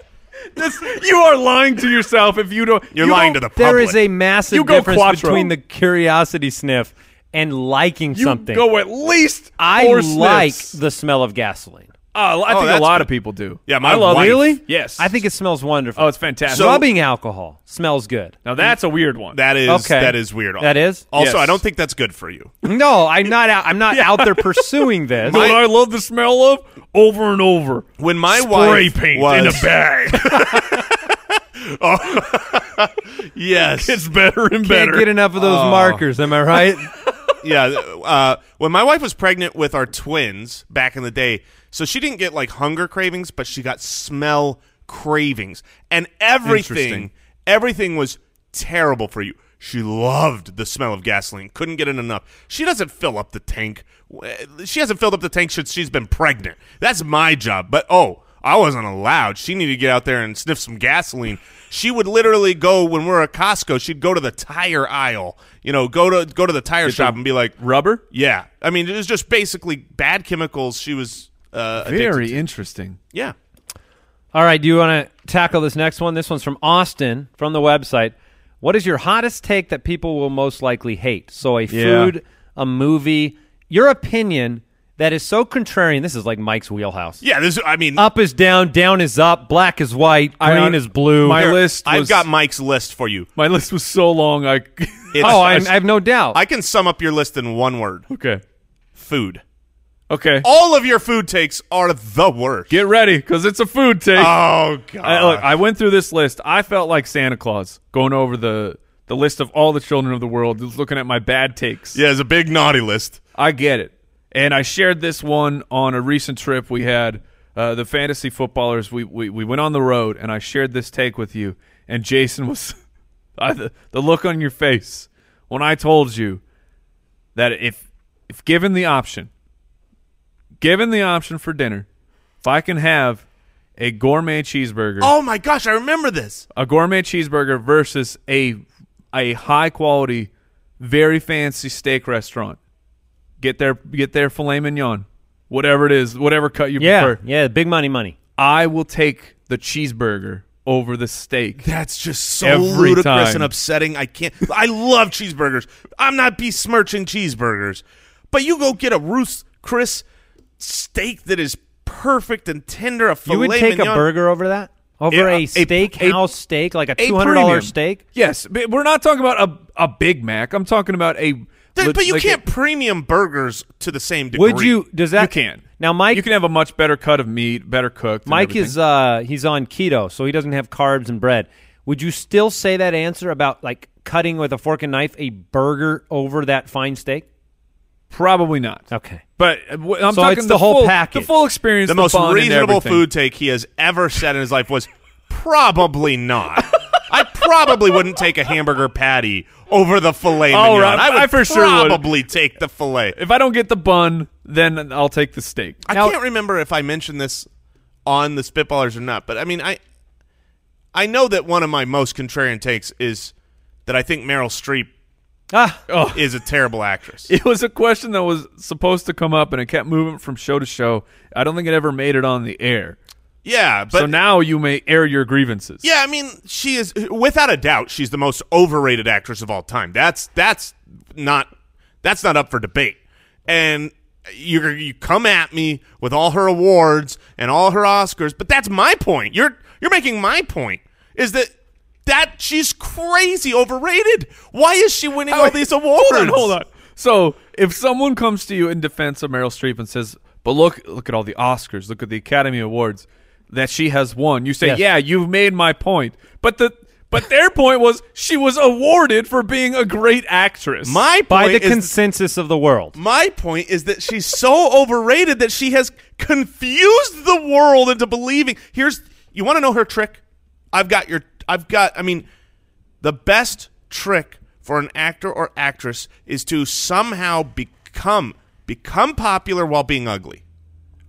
Speaker 3: This, you are lying to yourself if you don't.
Speaker 4: You're
Speaker 3: you
Speaker 4: lying to
Speaker 3: don't-
Speaker 4: the public.
Speaker 2: There is a massive
Speaker 3: You go
Speaker 2: difference
Speaker 3: quattro.
Speaker 2: between the curiosity sniff and liking
Speaker 3: you
Speaker 2: something.
Speaker 3: Go at least.
Speaker 2: I
Speaker 3: four
Speaker 2: like
Speaker 3: sniffs.
Speaker 2: the smell of gasoline.
Speaker 3: Uh, I
Speaker 4: Oh,
Speaker 3: think
Speaker 4: that's
Speaker 3: a lot
Speaker 4: good.
Speaker 3: of people do.
Speaker 4: Yeah, my
Speaker 3: I love
Speaker 4: wife-
Speaker 2: Really?
Speaker 3: Yes.
Speaker 2: I think it smells wonderful.
Speaker 3: Oh, it's fantastic.
Speaker 4: So-
Speaker 2: Rubbing alcohol smells good.
Speaker 3: now that's a weird one.
Speaker 4: That is
Speaker 2: Okay.
Speaker 4: that is weird.
Speaker 2: That is?
Speaker 4: Also,
Speaker 3: Yes.
Speaker 4: I don't think that's good for you.
Speaker 2: No, I'm not. Out, I'm not out there pursuing this.
Speaker 3: You know what I love the smell of over and over.
Speaker 4: When my
Speaker 3: Spray
Speaker 4: wife
Speaker 3: paint
Speaker 4: was
Speaker 3: in a bag.
Speaker 4: yes,
Speaker 3: it's better and
Speaker 2: Can't
Speaker 3: better. Oh.
Speaker 2: get enough of those markers. Am I right?
Speaker 4: yeah. Uh, when my wife was pregnant with our twins back in the day, so she didn't get like hunger cravings, but she got smell cravings, and
Speaker 3: Interesting.
Speaker 4: everything, everything was terrible for you. She loved the smell of gasoline. Couldn't get it enough. She doesn't fill up the tank. She hasn't filled up the tank since she's been pregnant. That's my job. But oh, I wasn't allowed. She needed to get out there and sniff some gasoline. She would literally go when we're at Costco. She'd go to the tire aisle. You know, go to go to the tire shop and be like,
Speaker 3: Rubber?
Speaker 4: yeah. I mean, it was just basically bad chemicals. She was uh, addicted
Speaker 3: Very
Speaker 4: to.
Speaker 3: interesting.
Speaker 4: yeah.
Speaker 2: All right. Do you want to tackle this next one? This one's from Austin from the website. What is your hottest take that people will most likely hate? So a
Speaker 3: Yeah.
Speaker 2: food, a movie, your opinion that is so contrarian. This is like Mike's wheelhouse.
Speaker 4: Yeah, this. I mean,
Speaker 2: Up is down, down is up, black is white,
Speaker 3: I-
Speaker 2: green is blue.
Speaker 3: my list
Speaker 4: I've
Speaker 3: was-
Speaker 4: got Mike's list for you.
Speaker 3: My list was so long. I
Speaker 4: It's,
Speaker 2: oh, I, I have no doubt.
Speaker 4: I can sum up your list in one word:
Speaker 3: okay.
Speaker 4: food.
Speaker 3: Okay.
Speaker 4: All of your food takes are the worst.
Speaker 3: Get ready because it's a food take.
Speaker 4: oh god.
Speaker 3: I, look, I went through this list. I felt like Santa Claus going over the the list of all the children of the world, just looking at my bad takes.
Speaker 4: yeah, it's a big naughty list.
Speaker 3: I get it. And I shared this one on a recent trip we had. Uh, the fantasy footballers, we, we we went on the road, and I shared this take with you. And Jason was, I, the, the look on your face when I told you that if if given the option, given the option for dinner, if I can have a gourmet cheeseburger,
Speaker 4: Oh my gosh, I remember this.
Speaker 3: a gourmet cheeseburger versus a a high quality, very fancy steak restaurant. Get their get their filet mignon, whatever it is, whatever cut you
Speaker 2: yeah,
Speaker 3: prefer.
Speaker 2: yeah, big money, money.
Speaker 3: I will take the cheeseburger over the steak.
Speaker 4: That's just so
Speaker 3: Every
Speaker 4: ludicrous
Speaker 3: time.
Speaker 4: and upsetting. I can't. I love cheeseburgers. I'm not besmirching cheeseburgers, but you go get a Ruth's Chris steak that is perfect and tender. A filet
Speaker 2: You would take
Speaker 4: mignon.
Speaker 2: a burger over that? Over
Speaker 4: Yeah,
Speaker 2: a,
Speaker 4: a-
Speaker 2: steakhouse steak, like a
Speaker 3: A
Speaker 2: two hundred dollar
Speaker 3: premium.
Speaker 2: steak?
Speaker 3: Yes, but we're not talking about a a Big Mac. I'm talking about a.
Speaker 4: Th-
Speaker 3: lit-
Speaker 4: but you
Speaker 3: like a-
Speaker 4: can't premium burgers to the same degree.
Speaker 2: Would you does that
Speaker 3: You can
Speaker 2: Now Mike
Speaker 3: You can have a much better cut of meat, better cooked. and
Speaker 2: Mike
Speaker 3: everything.
Speaker 2: is uh he's on keto, so he doesn't have carbs and bread. Would you still say that answer about like cutting with a fork and knife a burger over that fine steak?
Speaker 3: probably not.
Speaker 2: Okay.
Speaker 3: But uh, w- I'm
Speaker 2: So
Speaker 3: talking
Speaker 2: it's the whole
Speaker 3: full,
Speaker 2: package.
Speaker 3: the full experience,
Speaker 4: The most
Speaker 3: fun and
Speaker 4: reasonable
Speaker 3: everything.
Speaker 4: food take he has ever said in his life was probably not. I probably wouldn't take a hamburger patty over the filet
Speaker 3: Oh,
Speaker 4: mignon.
Speaker 3: right.
Speaker 4: I would
Speaker 3: I for sure would.
Speaker 4: probably take the filet.
Speaker 3: If I don't get the bun, then I'll take the steak.
Speaker 4: I
Speaker 2: Now-
Speaker 4: can't remember if I mentioned this on the Spitballers or not, but I mean, I I know that one of my most contrarian takes is that I think Meryl Streep
Speaker 2: Ah
Speaker 4: is a terrible actress.
Speaker 3: It was a question that was supposed to come up, and it kept moving from show to show. I don't think it ever made it on the air.
Speaker 4: Yeah, but
Speaker 3: so now you may air your grievances.
Speaker 4: yeah, I mean, she is without a doubt she's the most overrated actress of all time. That's that's not that's not up for debate. And you you come at me with all her awards and all her Oscars, but that's my point. You're you're making my point is that that she's crazy overrated. Why is she winning all these awards?
Speaker 3: Hold on, hold on. So if someone comes to you in defense of Meryl Streep and says, "But look, look at all the Oscars, look at the Academy Awards that she has won," you say,
Speaker 2: Yes.
Speaker 3: "Yeah, you've made my point." But the but their point was she was awarded for being a great actress.
Speaker 4: My point
Speaker 2: by the
Speaker 4: is
Speaker 2: consensus of the world.
Speaker 4: My point is that she's so overrated that she has confused the world into believing. Here's you want to know her trick? I've got your I've got I mean the best trick for an actor or actress is to somehow become become popular while being ugly.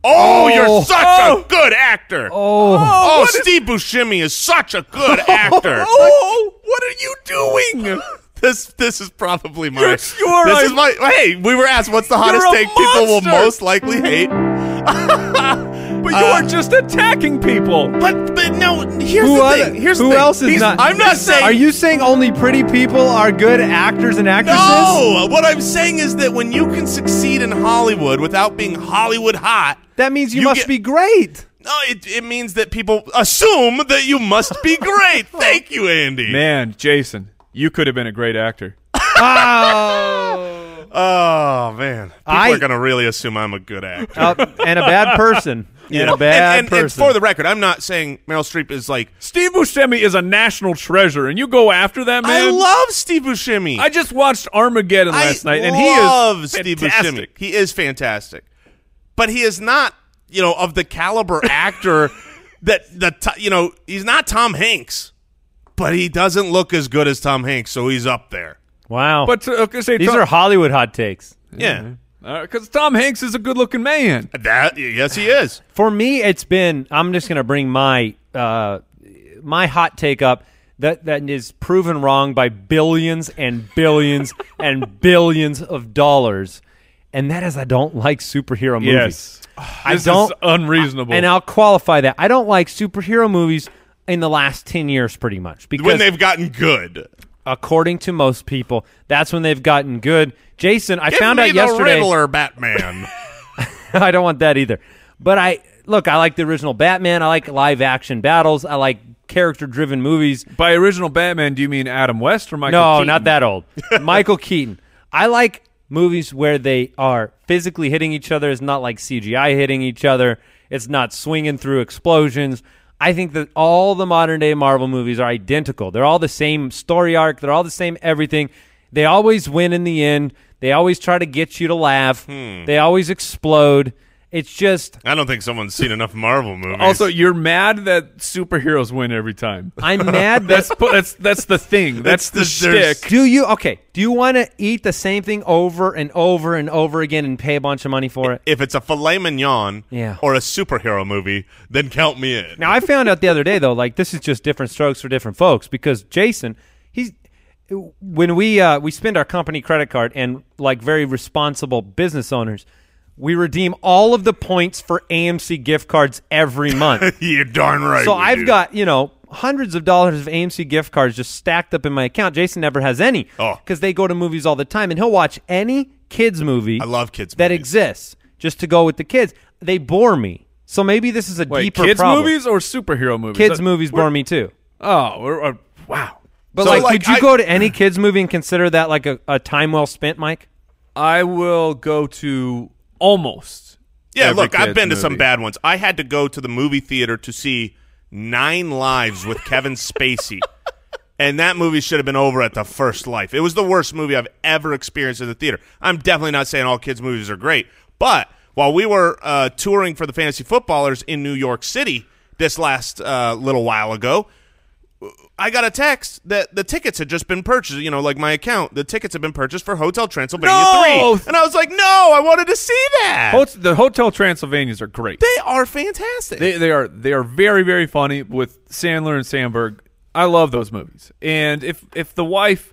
Speaker 4: Oh, you're such a good actor. Oh, oh, Steve Buscemi is such a good actor.
Speaker 3: oh, what are you doing?
Speaker 4: This this is probably my
Speaker 3: You're- you are
Speaker 4: this
Speaker 3: a-
Speaker 4: is my hey we were asked what's the hottest
Speaker 3: You're a
Speaker 4: take people will
Speaker 3: monster.
Speaker 4: most likely hate
Speaker 3: But you are just attacking people.
Speaker 4: But but no, here's
Speaker 2: Uh, Who,
Speaker 4: the
Speaker 2: other-
Speaker 4: thing. Here's
Speaker 2: who
Speaker 4: the thing.
Speaker 2: else is
Speaker 4: He's-
Speaker 2: not?
Speaker 4: I'm not saying.
Speaker 2: Are you saying only pretty people are good actors and actresses?
Speaker 4: No, what I'm saying is that when you can succeed in Hollywood without being Hollywood hot,
Speaker 2: That means you,
Speaker 4: You
Speaker 2: must
Speaker 4: get-
Speaker 2: be great.
Speaker 4: no, it, it means that people assume that you must be great. Thank you, Andy.
Speaker 3: Man, Jason, you could have been a great actor.
Speaker 4: Oh man, people
Speaker 2: I-
Speaker 4: are gonna really assume I'm a good actor.
Speaker 2: Uh, and a bad person. And a bad
Speaker 4: and, and,
Speaker 2: person.
Speaker 4: and for the record, I'm not saying Meryl Streep is like.
Speaker 3: Steve Buscemi is a national treasure, and you go after that man.
Speaker 4: I love Steve Buscemi.
Speaker 3: I just watched Armageddon
Speaker 4: I
Speaker 3: last night, and he
Speaker 4: love
Speaker 3: is
Speaker 4: Steve Buscemi.
Speaker 3: fantastic.
Speaker 4: He is fantastic, but he is not, you know, of the caliber actor that the t- you know he's not Tom Hanks, but he doesn't look as good as Tom Hanks, so he's up there.
Speaker 2: wow.
Speaker 3: But to, okay, say
Speaker 2: These
Speaker 3: Tom,
Speaker 2: are Hollywood hot takes.
Speaker 4: Yeah,
Speaker 3: because Tom Hanks is a good-looking man.
Speaker 4: that yes he is.
Speaker 2: For me, it's been. I'm just going to bring my uh, my hot take up that that is proven wrong by billions and billions and billions of dollars, and that is I don't like superhero movies.
Speaker 3: I
Speaker 2: don't-
Speaker 3: unreasonable.
Speaker 2: And I'll qualify that I don't like superhero movies in the last ten years, pretty much. Because
Speaker 4: When they've gotten good,
Speaker 2: according to most people, that's when they've gotten good. Jason, I
Speaker 4: Give
Speaker 2: found
Speaker 4: me
Speaker 2: out
Speaker 4: the
Speaker 2: yesterday.
Speaker 4: Riddler Batman.
Speaker 2: I don't want that either. But I look, I like the original Batman. I like live action battles. I like character driven movies.
Speaker 3: By original Batman, do you mean Adam West or Michael?
Speaker 2: No,
Speaker 3: Keaton?
Speaker 2: not that old. Michael Keaton. I like movies where they are physically hitting each other. It's not like CGI hitting each other. It's not swinging through explosions. I think that all the modern day Marvel movies are identical. They're all the same story arc. They're all the same everything. They always win in the end. They always try to get you to laugh. They always explode. It's just
Speaker 4: I don't think someone's seen enough Marvel movies.
Speaker 3: Also, you're mad that superheroes win every time.
Speaker 2: I'm mad that
Speaker 3: That's pu- that's that's the thing. That's, the,
Speaker 4: That's the- there's-
Speaker 3: shtick.
Speaker 2: do you okay? Do you want to eat the same thing over and over and over again and pay a bunch of money for it?
Speaker 4: if it's a filet mignon
Speaker 2: Yeah.
Speaker 4: or a superhero movie, then count me in.
Speaker 2: Now I found out the other day though, like this is just different strokes for different folks because Jason, he's when we uh, we spend our company credit card and like very responsible business owners, we redeem all of the points for AMC gift cards every month.
Speaker 4: You're darn right.
Speaker 2: so
Speaker 4: we
Speaker 2: I've
Speaker 4: do.
Speaker 2: got you know hundreds of dollars of AMC gift cards just stacked up in my account. Jason never has any
Speaker 4: Oh.
Speaker 2: because they go to movies all the time, and he'll watch any kids movie.
Speaker 4: I love kids
Speaker 2: that
Speaker 4: movies.
Speaker 2: exists just to go with the kids. They bore me. So maybe this is a
Speaker 3: Wait,
Speaker 2: deeper
Speaker 3: kids
Speaker 2: problem.
Speaker 3: movies or superhero movies?
Speaker 2: kids
Speaker 3: Uh,
Speaker 2: movies bore me too.
Speaker 3: Oh, we're, uh, wow.
Speaker 2: But
Speaker 4: So,
Speaker 2: like,
Speaker 4: like,
Speaker 2: would you
Speaker 4: I-
Speaker 2: go to any kids movie and consider that like a, a time well spent, Mike?
Speaker 3: I will go to almost.
Speaker 4: Yeah,
Speaker 3: every
Speaker 4: look, I've
Speaker 3: kid's
Speaker 4: been to some
Speaker 3: movie.
Speaker 4: bad ones. I had to go to the movie theater to see Nine Lives with Kevin Spacey. And that movie should have been over at the first life. It was the worst movie I've ever experienced in the theater. I'm definitely not saying all kids' movies are great, but while we were uh, touring for the fantasy footballers in New York City this last uh, little while ago, I got a text that the tickets had just been purchased. You know, like my account, the tickets had been purchased for Hotel Transylvania
Speaker 3: No!
Speaker 4: 3. And I was like, no, I wanted to see that.
Speaker 3: Hot- the Hotel Transylvanias are great.
Speaker 4: They are fantastic.
Speaker 3: They, they are they are very very funny with Sandler and Sandberg. I love those movies. And if if the wife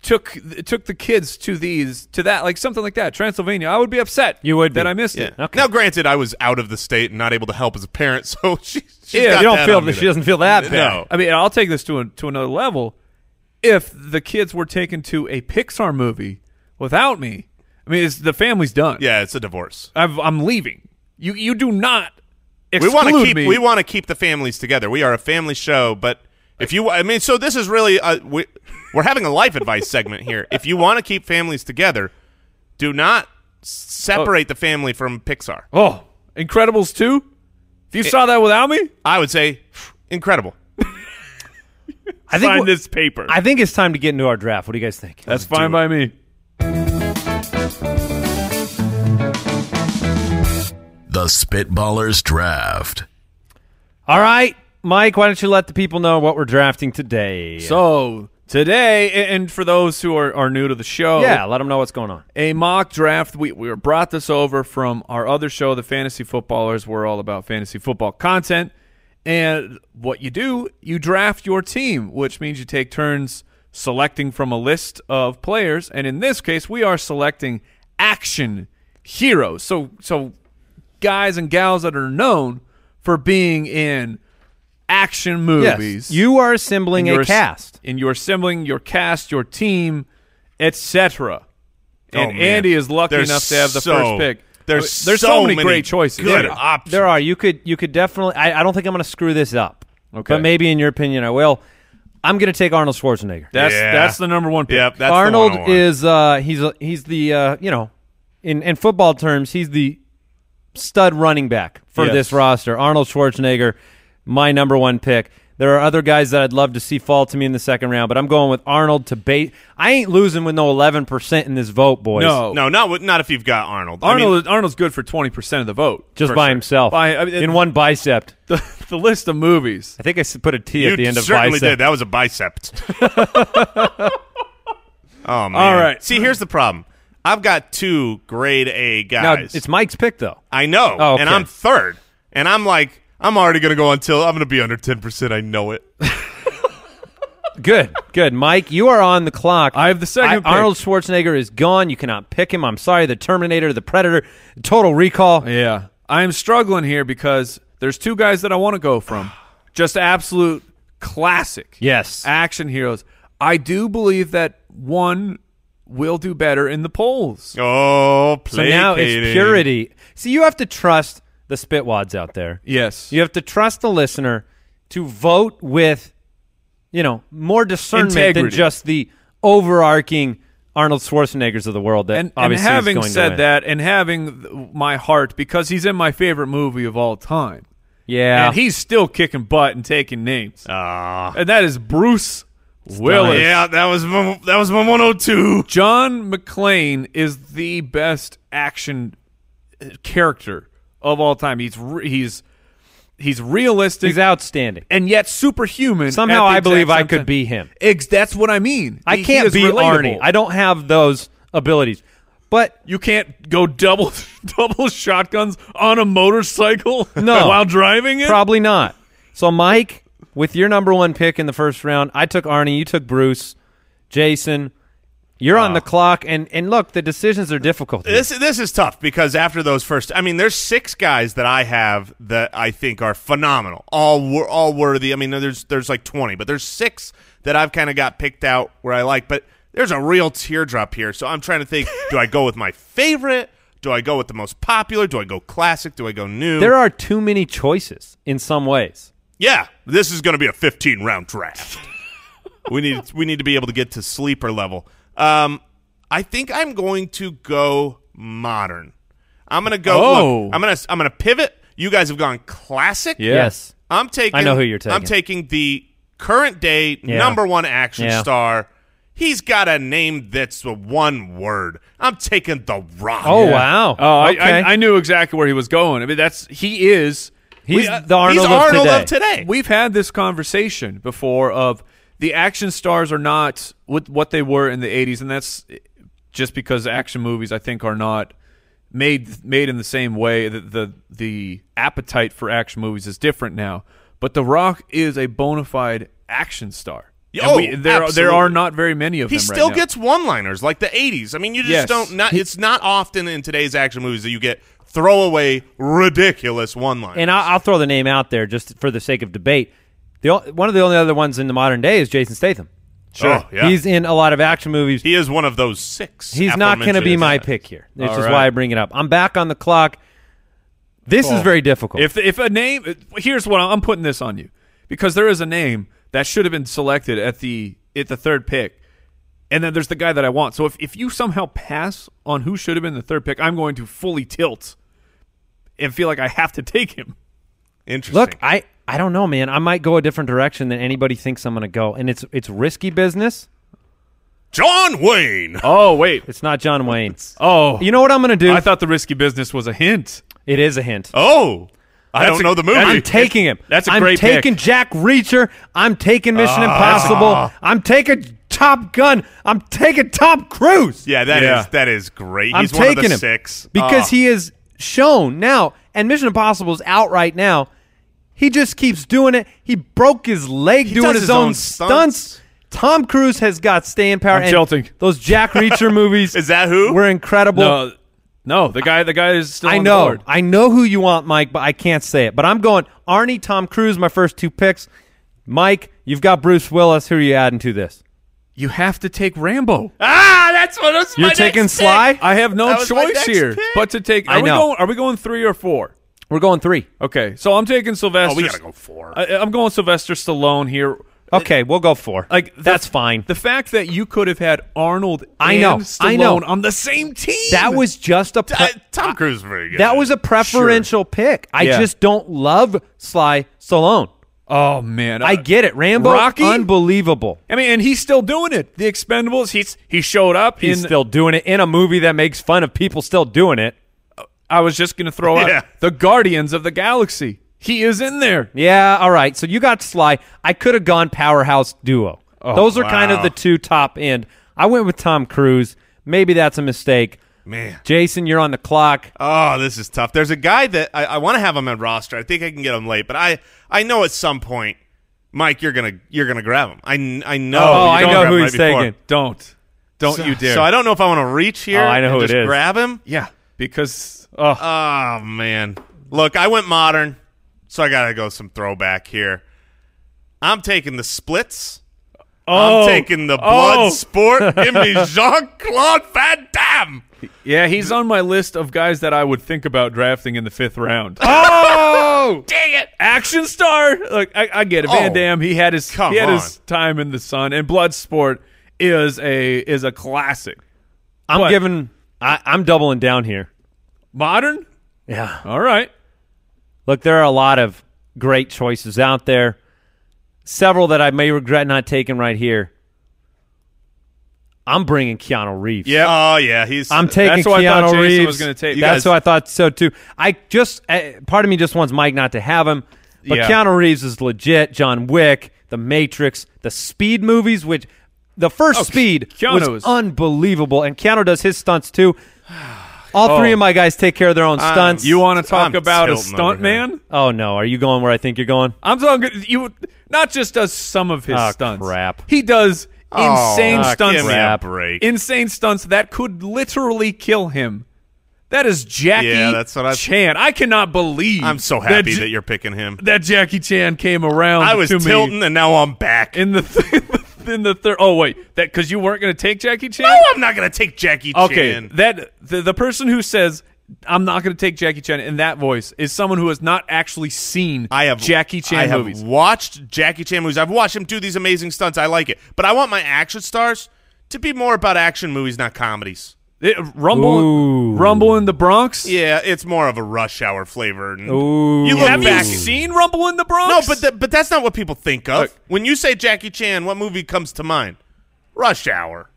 Speaker 3: took took the kids to these to that like something like that Transylvania, I would be upset.
Speaker 2: You would
Speaker 3: that
Speaker 2: be.
Speaker 3: I missed
Speaker 4: yeah.
Speaker 3: it.
Speaker 2: Okay.
Speaker 4: Now, granted, I was out of the state and not able to help as a parent, so she. She's
Speaker 3: Yeah,
Speaker 4: got
Speaker 2: You don't
Speaker 4: that
Speaker 2: feel
Speaker 4: on me
Speaker 2: that she
Speaker 4: there.
Speaker 2: doesn't feel that bad.
Speaker 4: No.
Speaker 3: I mean, I'll take this to a, to another level. If the kids were taken to a Pixar movie without me, I mean, it's, the family's done.
Speaker 4: Yeah, it's a divorce.
Speaker 3: I've, I'm leaving. You you do not
Speaker 4: We
Speaker 3: exclude
Speaker 4: want to keep.
Speaker 3: me.
Speaker 4: We want to keep the families together. We are a family show, but if you, I mean, so this is really uh we, we're having a life advice segment here. If you want to keep families together, do not s- separate the family from Pixar.
Speaker 3: oh, Incredibles two. If you saw that without me,
Speaker 4: I would say, incredible.
Speaker 2: I think
Speaker 3: sign
Speaker 2: wh-
Speaker 3: this paper.
Speaker 2: I think it's time to get into our draft. What do you guys think?
Speaker 3: That's fine by me.
Speaker 1: The Spitballers Draft.
Speaker 2: All right, Mike, why don't you let the people know what we're drafting today?
Speaker 3: So today, a- and for those who are, are new to the show,
Speaker 2: yeah, let them know what's going on.
Speaker 3: a mock draft. We, we were brought this over from our other show, The Fantasy Footballers. We're all about fantasy football content. And what you do, you draft your team, which means you take turns selecting from a list of players. And in this case, we are selecting action heroes. So, so guys and gals that are known for being in action movies.
Speaker 2: You are assembling
Speaker 3: your
Speaker 2: a cast.
Speaker 3: in your assembling your cast, your team, etc. And
Speaker 4: Oh, man.
Speaker 3: Andy is lucky
Speaker 4: There's
Speaker 3: enough to have the
Speaker 4: so-
Speaker 3: first pick.
Speaker 4: There's,
Speaker 3: there's so, many, great choices.
Speaker 4: Good
Speaker 3: Yeah.
Speaker 4: options.
Speaker 2: There are. You could you could definitely I, I don't think I'm gonna screw this up.
Speaker 3: Okay.
Speaker 2: But maybe in your opinion I will. I'm gonna take Arnold Schwarzenegger.
Speaker 3: That's
Speaker 4: Yeah.
Speaker 3: that's the number one pick.
Speaker 4: Yep, that's the one I
Speaker 2: Arnold
Speaker 4: want.
Speaker 2: is uh he's a- he's the uh you know in in football terms he's the stud running back for
Speaker 3: Yes.
Speaker 2: this roster. Arnold Schwarzenegger, my number one pick. There are other guys that I'd love to see fall to me in the second round, but I'm going with Arnold to bait. I ain't losing with no 11% in this vote, boys.
Speaker 3: No,
Speaker 4: No, not with- not if you've got Arnold. I mean,
Speaker 3: Arnold Arnold's good for twenty percent of the vote,
Speaker 2: just
Speaker 3: for
Speaker 2: by
Speaker 3: sure.
Speaker 2: himself.
Speaker 3: By- I mean,
Speaker 2: in one bicep.
Speaker 3: the, the list of movies.
Speaker 2: I think I s- put a T
Speaker 4: you
Speaker 2: at the end of
Speaker 4: certainly
Speaker 2: bicep.
Speaker 4: did. That was a bicep. oh man!
Speaker 3: All right.
Speaker 4: See, here's the problem. I've got two grade A
Speaker 2: Now,
Speaker 4: guys.
Speaker 2: it's Mike's pick, though.
Speaker 4: I know,
Speaker 2: Oh, okay.
Speaker 4: and I'm third, and I'm like, I'm already gonna go until I'm gonna be under ten percent. I know it.
Speaker 2: Good, good. Mike, you are on the clock.
Speaker 3: I have the second pick.
Speaker 2: Arnold Schwarzenegger is gone. You cannot pick him. I'm sorry. The Terminator, the Predator, Total Recall.
Speaker 3: Yeah. I am struggling here because there's two guys that I want to go from. Just absolute classic.
Speaker 2: Yes.
Speaker 3: Action heroes. I do believe that one will do better in the polls.
Speaker 4: Oh,
Speaker 2: So now
Speaker 4: placating.
Speaker 2: it's purity. See, you have to trust the spitwads out there.
Speaker 3: Yes.
Speaker 2: You have to trust the listener to vote with, you know, more discernment than
Speaker 3: Integrity.
Speaker 2: just the overarching Arnold Schwarzeneggers of the world. That
Speaker 3: and, and
Speaker 2: obviously is
Speaker 3: having
Speaker 2: going to
Speaker 3: said
Speaker 2: win.
Speaker 3: that, and having th- my heart, because he's in my favorite movie of all time,
Speaker 2: yeah,
Speaker 3: and he's still kicking butt and taking names,
Speaker 4: Ah.
Speaker 3: and that is Bruce Willis.
Speaker 4: yeah, that was my, that was my 102.
Speaker 3: John McClane is the best action uh, character of all time. He's re- he's he's realistic
Speaker 2: he's outstanding.
Speaker 3: and yet superhuman.
Speaker 2: Somehow,
Speaker 3: at the
Speaker 2: I believe
Speaker 3: exact
Speaker 2: I
Speaker 3: same
Speaker 2: could
Speaker 3: time.
Speaker 2: be him.
Speaker 3: Ex- that's what I mean.
Speaker 2: I
Speaker 3: He- he
Speaker 2: can't
Speaker 3: is
Speaker 2: be
Speaker 3: relatable.
Speaker 2: Arnie. I don't have those abilities. But
Speaker 3: you can't go double double shotguns on a motorcycle
Speaker 2: No.
Speaker 3: while driving it.
Speaker 2: Probably not. So, Mike, with your number one pick in the first round, I took Arnie. You took Bruce. Jason, you're on the clock. And and look, the decisions are difficult. here.
Speaker 4: This this is tough because after those first, I mean, there's six guys that I have that I think are phenomenal, all wor- all worthy. I mean, there's there's like 20, but there's six that I've kind of got picked out where I like. But there's a real teardrop here, so I'm trying to think: do I go with my favorite? Do I go with the most popular? Do I go classic? Do I go new?
Speaker 2: there are too many choices in some ways.
Speaker 4: yeah, this is going to be a 15 round draft. we need we need to be able to get to sleeper level. Um, I think I'm going to go modern. I'm gonna go.
Speaker 3: Oh.
Speaker 4: look, I'm gonna I'm gonna pivot. You guys have gone classic.
Speaker 3: Yeah.
Speaker 2: Yes.
Speaker 4: I'm taking.
Speaker 2: I know who you're
Speaker 4: I'm
Speaker 2: taking.
Speaker 4: taking the current day
Speaker 2: Yeah.
Speaker 4: number one action
Speaker 2: Yeah.
Speaker 4: star. He's got a name that's one word. I'm taking the Rock.
Speaker 2: Oh, wow.
Speaker 3: Oh, I-
Speaker 2: okay.
Speaker 3: I, I, knew exactly where he was going. I mean, that's he is.
Speaker 2: He's
Speaker 3: we- uh,
Speaker 2: the Arnold,
Speaker 4: he's
Speaker 2: of,
Speaker 4: Arnold
Speaker 2: today.
Speaker 4: of today.
Speaker 3: We've had this conversation before of the action stars are not what what they were in the 80s and that's just because action movies I think are not made made in the same way that the the appetite for action movies is different now. But The Rock is a bona fide action star. And
Speaker 4: Oh,
Speaker 3: there are, there are
Speaker 4: absolutely.
Speaker 3: not very many of
Speaker 4: He
Speaker 3: them right
Speaker 4: still
Speaker 3: now.
Speaker 4: gets one-liners like the '80s. I mean, you just
Speaker 3: Yes.
Speaker 4: don't. Not, it's not often in today's action movies that you get throwaway, ridiculous one-liners.
Speaker 2: and I'll, I'll throw the name out there just for the sake of debate. The, o- one of the only other ones in the modern day is Jason Statham. Oh,
Speaker 4: Sure, yeah.
Speaker 2: He's in a lot of action movies.
Speaker 4: he is one of those six.
Speaker 2: He's not going to
Speaker 4: aforementioned
Speaker 2: be my
Speaker 4: guys.
Speaker 2: pick here, which
Speaker 3: All
Speaker 2: is
Speaker 3: right.
Speaker 2: why I bring it up. I'm back on the clock. This is very difficult.
Speaker 3: If if a name, here's what I'm putting this on you, because there is a name that should have been selected at the at the third pick, and then there's the guy that I want. So if if you somehow pass on who should have been the third pick, I'm going to fully tilt and feel like I have to take him.
Speaker 4: Interesting.
Speaker 2: Look, I I don't know, man. I might go a different direction than anybody thinks I'm going to go, and it's it's risky business.
Speaker 4: John Wayne.
Speaker 3: Oh wait,
Speaker 2: It's not John Wayne.
Speaker 3: oh,
Speaker 2: You know what I'm going to do?
Speaker 3: I thought the risky business was a hint.
Speaker 2: it is a hint.
Speaker 4: Oh, I
Speaker 3: That's
Speaker 4: don't
Speaker 3: a-
Speaker 4: know the movie.
Speaker 2: I'm taking him.
Speaker 3: That's a
Speaker 2: I'm
Speaker 3: great pick. Ah,
Speaker 2: taking Jack Reacher. I'm taking Mission Impossible. I'm taking Top Gun. I'm taking Tom Cruise.
Speaker 4: yeah, that is
Speaker 3: Yeah.
Speaker 4: that is great.
Speaker 2: I'm
Speaker 4: He's
Speaker 2: taking
Speaker 4: one of the
Speaker 2: him
Speaker 4: six
Speaker 2: because
Speaker 4: Oh.
Speaker 2: he is shown now, and Mission Impossible is out right now. He just keeps doing it. He broke his leg doing
Speaker 4: does
Speaker 2: his,
Speaker 4: his
Speaker 2: own,
Speaker 4: own
Speaker 2: stunts.
Speaker 4: stunts.
Speaker 2: Tom Cruise has got staying power.
Speaker 3: I'm
Speaker 2: and
Speaker 3: jolting.
Speaker 2: Those Jack Reacher movies
Speaker 4: Is that who?
Speaker 2: were incredible.
Speaker 3: No, No, the guy, the guy is still.
Speaker 2: I
Speaker 3: on
Speaker 2: know,
Speaker 3: board.
Speaker 2: I know who you want, Mike, but I can't say it. But I'm going Arnie, Tom Cruise, my first two picks. Mike, you've got Bruce Willis. Who are you adding to this?
Speaker 3: You have to take Rambo.
Speaker 4: Ah, that's what was
Speaker 2: You're taking Sly.
Speaker 3: I have no
Speaker 4: That was my
Speaker 3: choice
Speaker 4: next
Speaker 3: here
Speaker 4: pick.
Speaker 3: but to take. Are
Speaker 2: I
Speaker 3: we
Speaker 2: know.
Speaker 3: going? Are we going three or four?
Speaker 2: We're going three.
Speaker 3: Okay, so I'm taking Sylvester.
Speaker 4: Oh, we gotta go four.
Speaker 3: I, I'm going Sylvester Stallone here.
Speaker 2: Okay, we'll go four.
Speaker 3: Like the-
Speaker 2: that's fine.
Speaker 3: The fact that you could have had Arnold
Speaker 2: I
Speaker 3: and
Speaker 2: know,
Speaker 3: Stallone
Speaker 2: I know.
Speaker 3: on the same team.
Speaker 2: that was just a.
Speaker 4: Uh,
Speaker 2: Pre-
Speaker 4: Tom Cruise is very good.
Speaker 2: that was a preferential pick. I
Speaker 3: Yeah.
Speaker 2: just don't love Sly Stallone.
Speaker 3: oh man,
Speaker 2: I get it. Rambo,
Speaker 3: Rocky?
Speaker 2: unbelievable.
Speaker 3: I mean, and he's still doing it. The Expendables. He's he showed up.
Speaker 2: He's
Speaker 3: in,
Speaker 2: still doing it in a movie that makes fun of people still doing it.
Speaker 3: I was just gonna throw
Speaker 4: Yeah.
Speaker 3: out the Guardians of the Galaxy. He is in there.
Speaker 2: Yeah, all right. So you got Sly. I could have gone powerhouse duo. Those are kind of
Speaker 4: wow.
Speaker 2: the two top end. I went with Tom Cruise. Maybe that's a mistake.
Speaker 4: man.
Speaker 2: Jason, you're on the clock.
Speaker 4: Oh, this is tough. There's a guy that I, I want to have him on roster. I think I can get him late, but I I know at some point, Mike, you're gonna you're gonna grab him. I kn- I know.
Speaker 2: Oh,
Speaker 4: you're
Speaker 2: I
Speaker 4: gonna
Speaker 2: know
Speaker 4: grab
Speaker 2: who
Speaker 4: him
Speaker 2: he's
Speaker 4: right before.
Speaker 2: taking.
Speaker 3: Don't, don't
Speaker 4: So-
Speaker 3: you dare.
Speaker 4: So I don't know if I want to reach here.
Speaker 2: Oh, I know
Speaker 4: and
Speaker 2: who it
Speaker 4: just
Speaker 2: is.
Speaker 4: Grab him.
Speaker 3: yeah, because oh,
Speaker 4: Oh man, look, I went modern, so I gotta go some throwback here. I'm taking the splits.
Speaker 3: Oh.
Speaker 4: I'm taking the blood
Speaker 3: Oh.
Speaker 4: sport. Give me Jean Claude Van Damme.
Speaker 3: yeah, he's on my list of guys that I would think about drafting in the fifth round.
Speaker 4: Oh, dang it!
Speaker 3: action star. Like I, I get it. Van
Speaker 4: Oh,
Speaker 3: Damme. He had his
Speaker 4: come
Speaker 3: he had
Speaker 4: on.
Speaker 3: his time in the sun. And Bloodsport is a is a classic.
Speaker 2: I'm
Speaker 3: What?
Speaker 2: giving. I, I'm doubling down here.
Speaker 3: Modern.
Speaker 2: Yeah.
Speaker 3: All right.
Speaker 2: Look, there are a lot of great choices out there. Several that I may regret not taking right here. I'm bringing Keanu Reeves.
Speaker 4: Yeah. Oh yeah, he's.
Speaker 2: I'm taking
Speaker 3: That's what I
Speaker 2: Keanu
Speaker 3: thought Jason
Speaker 2: Reeves.
Speaker 3: was gonna take. You
Speaker 2: That's
Speaker 4: guys-
Speaker 2: what I thought so too. I just uh, part of me just wants Mike not to have him, but
Speaker 3: Yeah.
Speaker 2: Keanu Reeves is legit. John Wick, The Matrix, the Speed movies, which the first Speed
Speaker 3: Oh,
Speaker 2: was
Speaker 3: Keanu is-
Speaker 2: unbelievable, and Keanu does his stunts too. All three of my guys take care of their own stunts.
Speaker 3: Oh. Uh, You want to talk
Speaker 4: I'm
Speaker 3: about a
Speaker 4: tilting over
Speaker 3: stunt
Speaker 4: here.
Speaker 3: man?
Speaker 2: Oh no, are you going where I think you're going?
Speaker 3: I'm talking you. Not just does some of his
Speaker 2: Oh,
Speaker 3: stunts.
Speaker 2: crap.
Speaker 3: He does insane
Speaker 4: oh,
Speaker 3: stunts.
Speaker 4: Give me a
Speaker 2: Crap.
Speaker 4: break.
Speaker 3: Insane stunts that could literally kill him. That is Jackie
Speaker 4: Yeah, that's what I-
Speaker 3: Chan. I cannot believe.
Speaker 4: I'm so happy
Speaker 3: J-
Speaker 4: that you're picking him.
Speaker 3: that Jackie Chan came around.
Speaker 4: I was
Speaker 3: to me.
Speaker 4: tilting, and now I'm back.
Speaker 3: in the th- in the third. Oh wait, that because you weren't going to take Jackie Chan.
Speaker 4: no, I'm not gonna take Jackie Chan.
Speaker 3: okay, that the, the person who says I'm not going to take Jackie Chan in that voice is someone who has not actually seen
Speaker 4: I have
Speaker 3: Jackie Chan
Speaker 4: I have
Speaker 3: movies.
Speaker 4: watched Jackie Chan movies. I've watched him do these amazing stunts. I like it, but I want my action stars to be more about action movies, not comedies.
Speaker 3: It- Rumble,
Speaker 2: Ooh.
Speaker 3: Rumble in the Bronx.
Speaker 4: Yeah, it's more of a rush hour flavor. And
Speaker 2: Ooh.
Speaker 4: You look
Speaker 3: Have you
Speaker 4: back.
Speaker 3: seen Rumble in the
Speaker 4: no,
Speaker 3: Bronx?
Speaker 4: but th- but that's not what people think of
Speaker 3: Look.
Speaker 4: when you say Jackie Chan. What movie comes to mind? Rush Hour.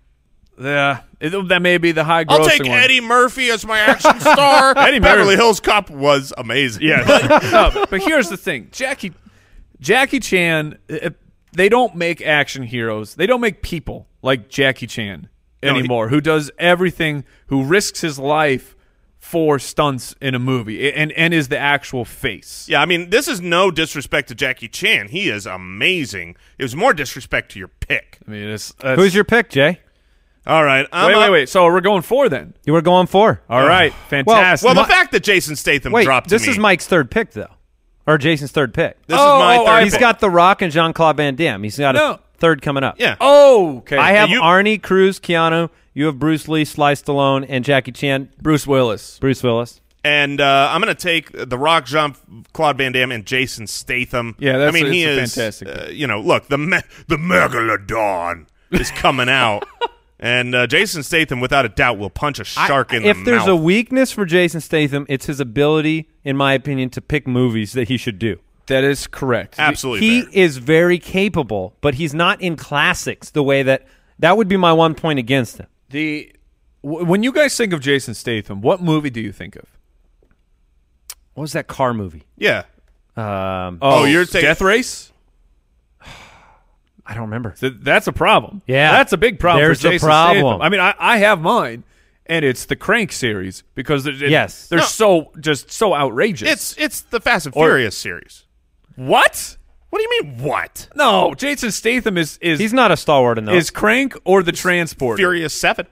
Speaker 3: yeah, it- that may be the high grossing
Speaker 4: I'll take
Speaker 3: one.
Speaker 4: Eddie Murphy as my action star. Eddie Beverly
Speaker 3: Murphy.
Speaker 4: Hills Cop was amazing.
Speaker 3: Yeah, but, no, but here's the thing, Jackie, Jackie Chan, uh, they don't make action heroes. They don't make people like Jackie Chan
Speaker 4: he-
Speaker 3: anymore, who does everything, who risks his life for stunts in a movie, a- and and is the actual face.
Speaker 4: Yeah, I mean, this is no disrespect to Jackie Chan. He is amazing. It was more disrespect to your pick.
Speaker 3: I mean, it's, that's,
Speaker 2: Who's your pick, Jay?
Speaker 4: All right, I'm
Speaker 3: wait,
Speaker 4: up-
Speaker 3: wait, wait. So we're going four then.
Speaker 2: You were going for.
Speaker 3: All right, fantastic.
Speaker 4: Well,
Speaker 2: My-
Speaker 4: the fact that Jason Statham
Speaker 2: Wait,
Speaker 4: dropped to
Speaker 2: this
Speaker 4: me-
Speaker 2: is Mike's third pick though, or Jason's third pick.
Speaker 4: This
Speaker 3: Oh,
Speaker 4: is my
Speaker 3: oh,
Speaker 4: third.
Speaker 3: I-
Speaker 2: He's
Speaker 4: pick.
Speaker 2: got The Rock and Jean Claude Van Damme. He's got a
Speaker 3: No.
Speaker 2: third coming up.
Speaker 4: yeah.
Speaker 3: oh, okay.
Speaker 2: I have
Speaker 4: you-
Speaker 2: Arnie, Cruz, Keanu. You have Bruce Lee, Sly Stallone, and Jackie Chan.
Speaker 3: Bruce Willis.
Speaker 2: Bruce Willis.
Speaker 4: And uh, I'm going to take The Rock, Jean Claude Van Damme, and Jason Statham.
Speaker 3: Yeah, that's-
Speaker 4: I mean,
Speaker 3: it's
Speaker 4: he
Speaker 3: a
Speaker 4: is
Speaker 3: fantastic
Speaker 4: Uh, you know, look the me- the megalodon is coming out, and uh, Jason Statham, without a doubt, will punch a shark
Speaker 2: I-
Speaker 4: in
Speaker 2: if
Speaker 4: the
Speaker 2: there's a
Speaker 4: mouth.
Speaker 2: weakness for Jason Statham, it's his ability, in my opinion, to pick movies that he should do.
Speaker 3: That is correct.
Speaker 4: Absolutely,
Speaker 2: he
Speaker 4: fair.
Speaker 2: is very capable, but he's not in classics the way that that would be my one point against him.
Speaker 3: The w- when you guys think of Jason Statham, what movie do you think of?
Speaker 2: What was that car movie?
Speaker 4: yeah.
Speaker 2: Um,
Speaker 4: Oh, you're taking
Speaker 3: Death Race.
Speaker 2: I don't remember.
Speaker 3: Th- that's a problem.
Speaker 2: Yeah.
Speaker 3: that's a big problem.
Speaker 2: There's
Speaker 3: for
Speaker 2: a
Speaker 3: Jason
Speaker 2: problem.
Speaker 3: Statham. I mean, I, I have mine, and it's the Crank series because they're,
Speaker 2: Yes.
Speaker 3: they're
Speaker 4: No.
Speaker 3: so just so outrageous.
Speaker 4: It's it's the Fast and Furious series.
Speaker 3: what?
Speaker 4: What do you mean? What
Speaker 3: No, Jason Statham is is
Speaker 2: He's not a stalwart in those.
Speaker 3: is Crank or the Transport.
Speaker 4: Furious Seven?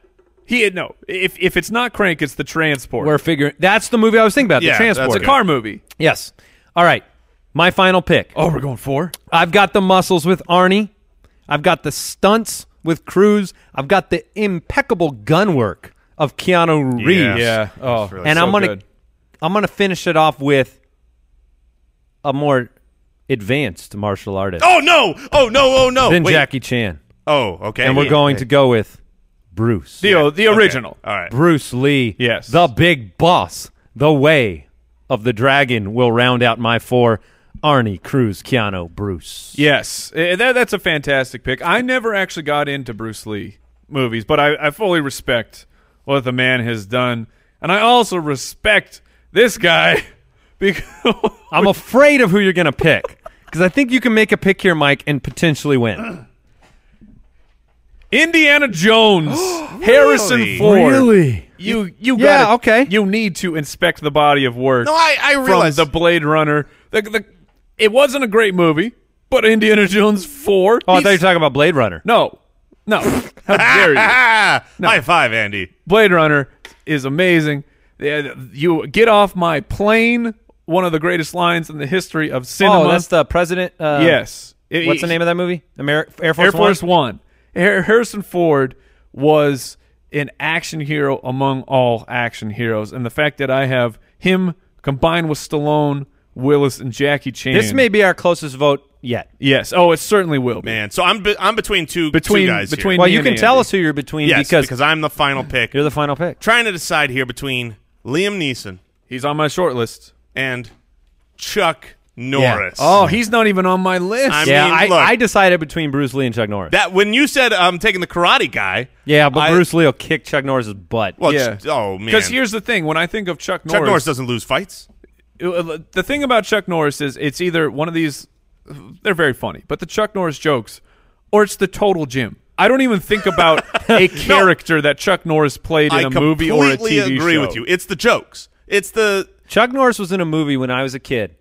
Speaker 3: He no. If if it's not crank, it's the transport.
Speaker 2: We're figuring. That's the movie I was thinking about.
Speaker 4: Yeah,
Speaker 2: the
Speaker 4: that's
Speaker 2: transport.
Speaker 4: good.
Speaker 3: it's a car movie.
Speaker 2: Yes. All right. My final pick.
Speaker 3: Oh, we're going four.
Speaker 2: I've got the muscles with Arnie. I've got the stunts with Cruz. I've got the impeccable gun work of Keanu Reeves.
Speaker 4: Yes.
Speaker 3: Yeah. Oh,
Speaker 4: That's really
Speaker 2: and
Speaker 4: so
Speaker 2: I'm gonna
Speaker 3: good.
Speaker 2: I'm gonna finish it off with a more advanced martial artist
Speaker 4: Oh no! Oh no! Oh no!
Speaker 2: than
Speaker 4: Wait.
Speaker 2: Jackie Chan.
Speaker 4: Oh, okay.
Speaker 2: And we're going to go with Bruce.
Speaker 3: The the original.
Speaker 4: All right.
Speaker 2: Bruce Lee.
Speaker 3: Yes.
Speaker 2: The big boss. The way of the dragon will round out my four. Arnie, Cruz, Keanu, Bruce.
Speaker 3: Yes, Eh, that, that's a fantastic pick. I never actually got into Bruce Lee movies, but I, I fully respect what the man has done, and I also respect this guy because
Speaker 2: I'm afraid of who you're going to pick because I think you can make a pick here, Mike, and potentially win.
Speaker 3: Indiana Jones, Harrison
Speaker 4: Really?
Speaker 3: Ford. You you
Speaker 2: Yeah,
Speaker 3: gotta-
Speaker 2: okay.
Speaker 3: You need to inspect the body of work.
Speaker 4: No, I I
Speaker 3: from
Speaker 4: realize
Speaker 3: the Blade Runner. The, the, it wasn't a great movie, but Indiana Jones Four.
Speaker 2: Oh, I
Speaker 3: he's-
Speaker 2: thought you were talking about Blade Runner.
Speaker 3: no, no. How dare you?
Speaker 4: Ah, High five, Andy.
Speaker 3: Blade Runner is amazing. Yeah, You get off my plane. One of the greatest lines in the history of cinema.
Speaker 2: Oh, that's the president. Uh,
Speaker 3: yes. It-
Speaker 2: What's the name of that movie? Ameri- Air Force
Speaker 3: Air Force
Speaker 2: One?
Speaker 3: One. Har- Harrison Ford was an action hero among all action heroes, and the fact that I have him combined with Stallone, Willis, and Jackie Chan.
Speaker 2: This may be our closest vote yet.
Speaker 3: yes. Oh, it certainly will be.
Speaker 4: Man, so I'm be- I'm between two
Speaker 3: Between-
Speaker 4: two guys here.
Speaker 3: between-
Speaker 2: Well,
Speaker 3: me
Speaker 2: you
Speaker 3: and
Speaker 2: can tell
Speaker 3: Andy.
Speaker 2: us who you're between
Speaker 4: yes,
Speaker 2: because,
Speaker 4: because, I'm the final pick.
Speaker 2: you're the final pick.
Speaker 4: Trying to decide here between Liam Neeson
Speaker 3: He's on my short list.
Speaker 4: and Chuck Norris.
Speaker 3: Oh, he's not even on my list.
Speaker 4: I'm- I
Speaker 2: yeah,
Speaker 4: mean,
Speaker 2: I,
Speaker 4: look.
Speaker 2: I decided between Bruce Lee and Chuck Norris.
Speaker 4: that when you said I'm taking the Karate Guy.
Speaker 2: yeah, but
Speaker 4: I-
Speaker 2: Bruce Lee will kick Chuck Norris's butt.
Speaker 4: Well,
Speaker 3: Yeah.
Speaker 4: ch- oh man,
Speaker 3: Because here's the thing: when I think of Chuck Norris,
Speaker 4: Chuck Norris doesn't lose fights.
Speaker 3: Uh, the thing about Chuck Norris is it's either one of these they're very funny, but the Chuck Norris jokes or it's the total Jim. I don't even think about a character that Chuck Norris played in
Speaker 4: I
Speaker 3: a movie or a
Speaker 4: completely
Speaker 3: TV
Speaker 4: agree
Speaker 3: show.
Speaker 4: with you. It's the jokes. It's the
Speaker 2: Chuck Norris was in a movie when I was a kid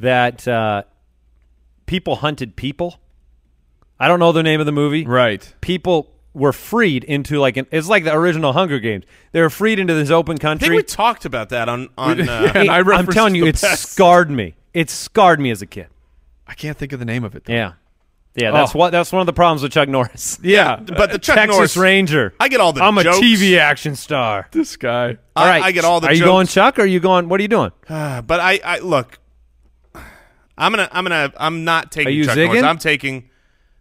Speaker 2: that uh, people hunted people. I don't know the name of the movie.
Speaker 3: Right.
Speaker 2: People were freed into like an it's like the original Hunger Games. They were freed into this open
Speaker 4: I think
Speaker 2: country.
Speaker 4: we talked about that on on. Uh,
Speaker 3: Yeah. and I
Speaker 2: am
Speaker 3: referenced
Speaker 2: telling you,
Speaker 3: the
Speaker 2: it
Speaker 3: best.
Speaker 2: scarred me. It scarred me as a kid.
Speaker 3: I can't think of the name of it. though.
Speaker 2: Yeah, yeah. That's
Speaker 3: Oh.
Speaker 2: what. That's one of the problems with Chuck Norris.
Speaker 3: Yeah.
Speaker 4: But the Chuck
Speaker 2: Texas
Speaker 4: Norris
Speaker 2: Ranger.
Speaker 4: I get all the
Speaker 2: I'm
Speaker 4: jokes.
Speaker 2: a TV action star.
Speaker 3: this guy.
Speaker 4: I,
Speaker 2: All right.
Speaker 4: I get all the.
Speaker 2: Are you
Speaker 4: jokes.
Speaker 2: going Chuck? Or are you going? What are you doing?
Speaker 4: Uh, But I, I look. I'm gonna, I'm gonna, I'm not taking
Speaker 2: Are you
Speaker 4: Chuck Norris.
Speaker 2: zigging?
Speaker 4: I'm taking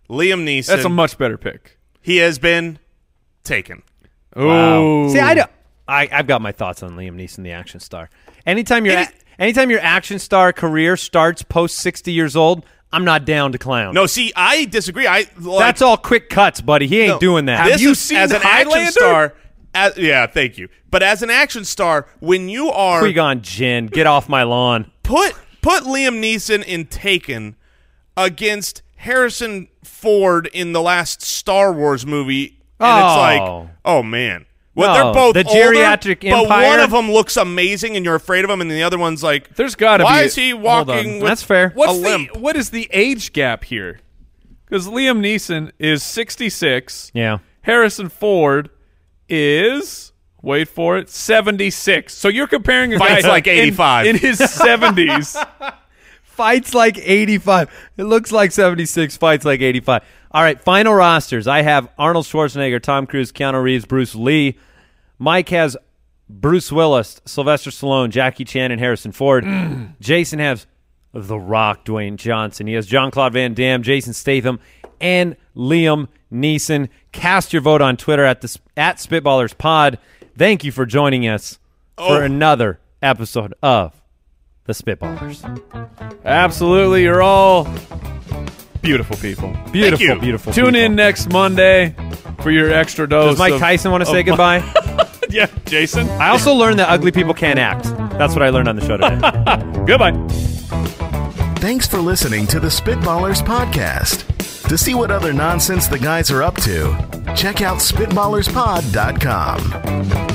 Speaker 4: Liam Neeson.
Speaker 3: That's a much better pick.
Speaker 4: he has been taken.
Speaker 3: Oh.
Speaker 2: See, I don't. I, I've got my thoughts on Liam Neeson, the action star. Anytime your
Speaker 4: It is-
Speaker 2: a- anytime your action star career starts post sixty years old, I'm not down to clown.
Speaker 4: No, see, I disagree. I like,
Speaker 2: that's all quick cuts, buddy. He ain't
Speaker 4: no,
Speaker 2: doing that.
Speaker 4: This is- as an
Speaker 3: Highlander?
Speaker 4: action star? As, yeah, thank you. But as an action star, when you are
Speaker 2: Qui-Gon Jinn, get off my lawn.
Speaker 4: put put Liam Neeson in Taken against Harrison Ford in the last Star Wars movie, and
Speaker 2: Oh.
Speaker 4: it's like, oh man, well
Speaker 2: No,
Speaker 4: they're both
Speaker 2: the
Speaker 4: older,
Speaker 2: geriatric
Speaker 4: but one
Speaker 2: empire.
Speaker 4: of them looks amazing, and you're afraid of him, and the other one's like,
Speaker 3: There's gotta
Speaker 4: why
Speaker 3: be-
Speaker 4: is he
Speaker 3: hold
Speaker 4: walking?
Speaker 2: on.
Speaker 4: With
Speaker 2: That's fair.
Speaker 4: What's
Speaker 3: What's the, what is the age gap here? Because Liam Neeson is 66.
Speaker 2: Yeah.
Speaker 3: Harrison Ford is wait for it 76. So you're comparing a
Speaker 4: Fights
Speaker 3: guy
Speaker 4: like
Speaker 3: in-
Speaker 4: 85.
Speaker 3: in, his 70s.
Speaker 2: Fights like 85. It looks like 76. Fights like 85. All right, final rosters. I have Arnold Schwarzenegger, Tom Cruise, Keanu Reeves, Bruce Lee. Mike has Bruce Willis, Sylvester Stallone, Jackie Chan, and Harrison Ford. Jason has The Rock, Dwayne Johnson. He has John Claude Van Damme, Jason Statham, and Liam Neeson. Cast your vote on Twitter at the at Spitballers Pod. Thank you for joining us for another episode of the Spitballers.
Speaker 3: Absolutely, you're all beautiful people.
Speaker 2: Beautiful,
Speaker 4: you.
Speaker 2: beautiful.
Speaker 3: Tune
Speaker 2: people.
Speaker 3: in next Monday for your extra dose.
Speaker 2: Does Mike
Speaker 3: of-
Speaker 2: Tyson want to
Speaker 3: of
Speaker 2: say goodbye?
Speaker 3: Mike- yeah, Jason.
Speaker 2: I also learned that ugly people can't act. That's what I learned on the show today.
Speaker 3: Goodbye.
Speaker 1: Thanks for listening to the Spitballers Podcast. To see what other nonsense the guys are up to, check out SpitballersPod.com.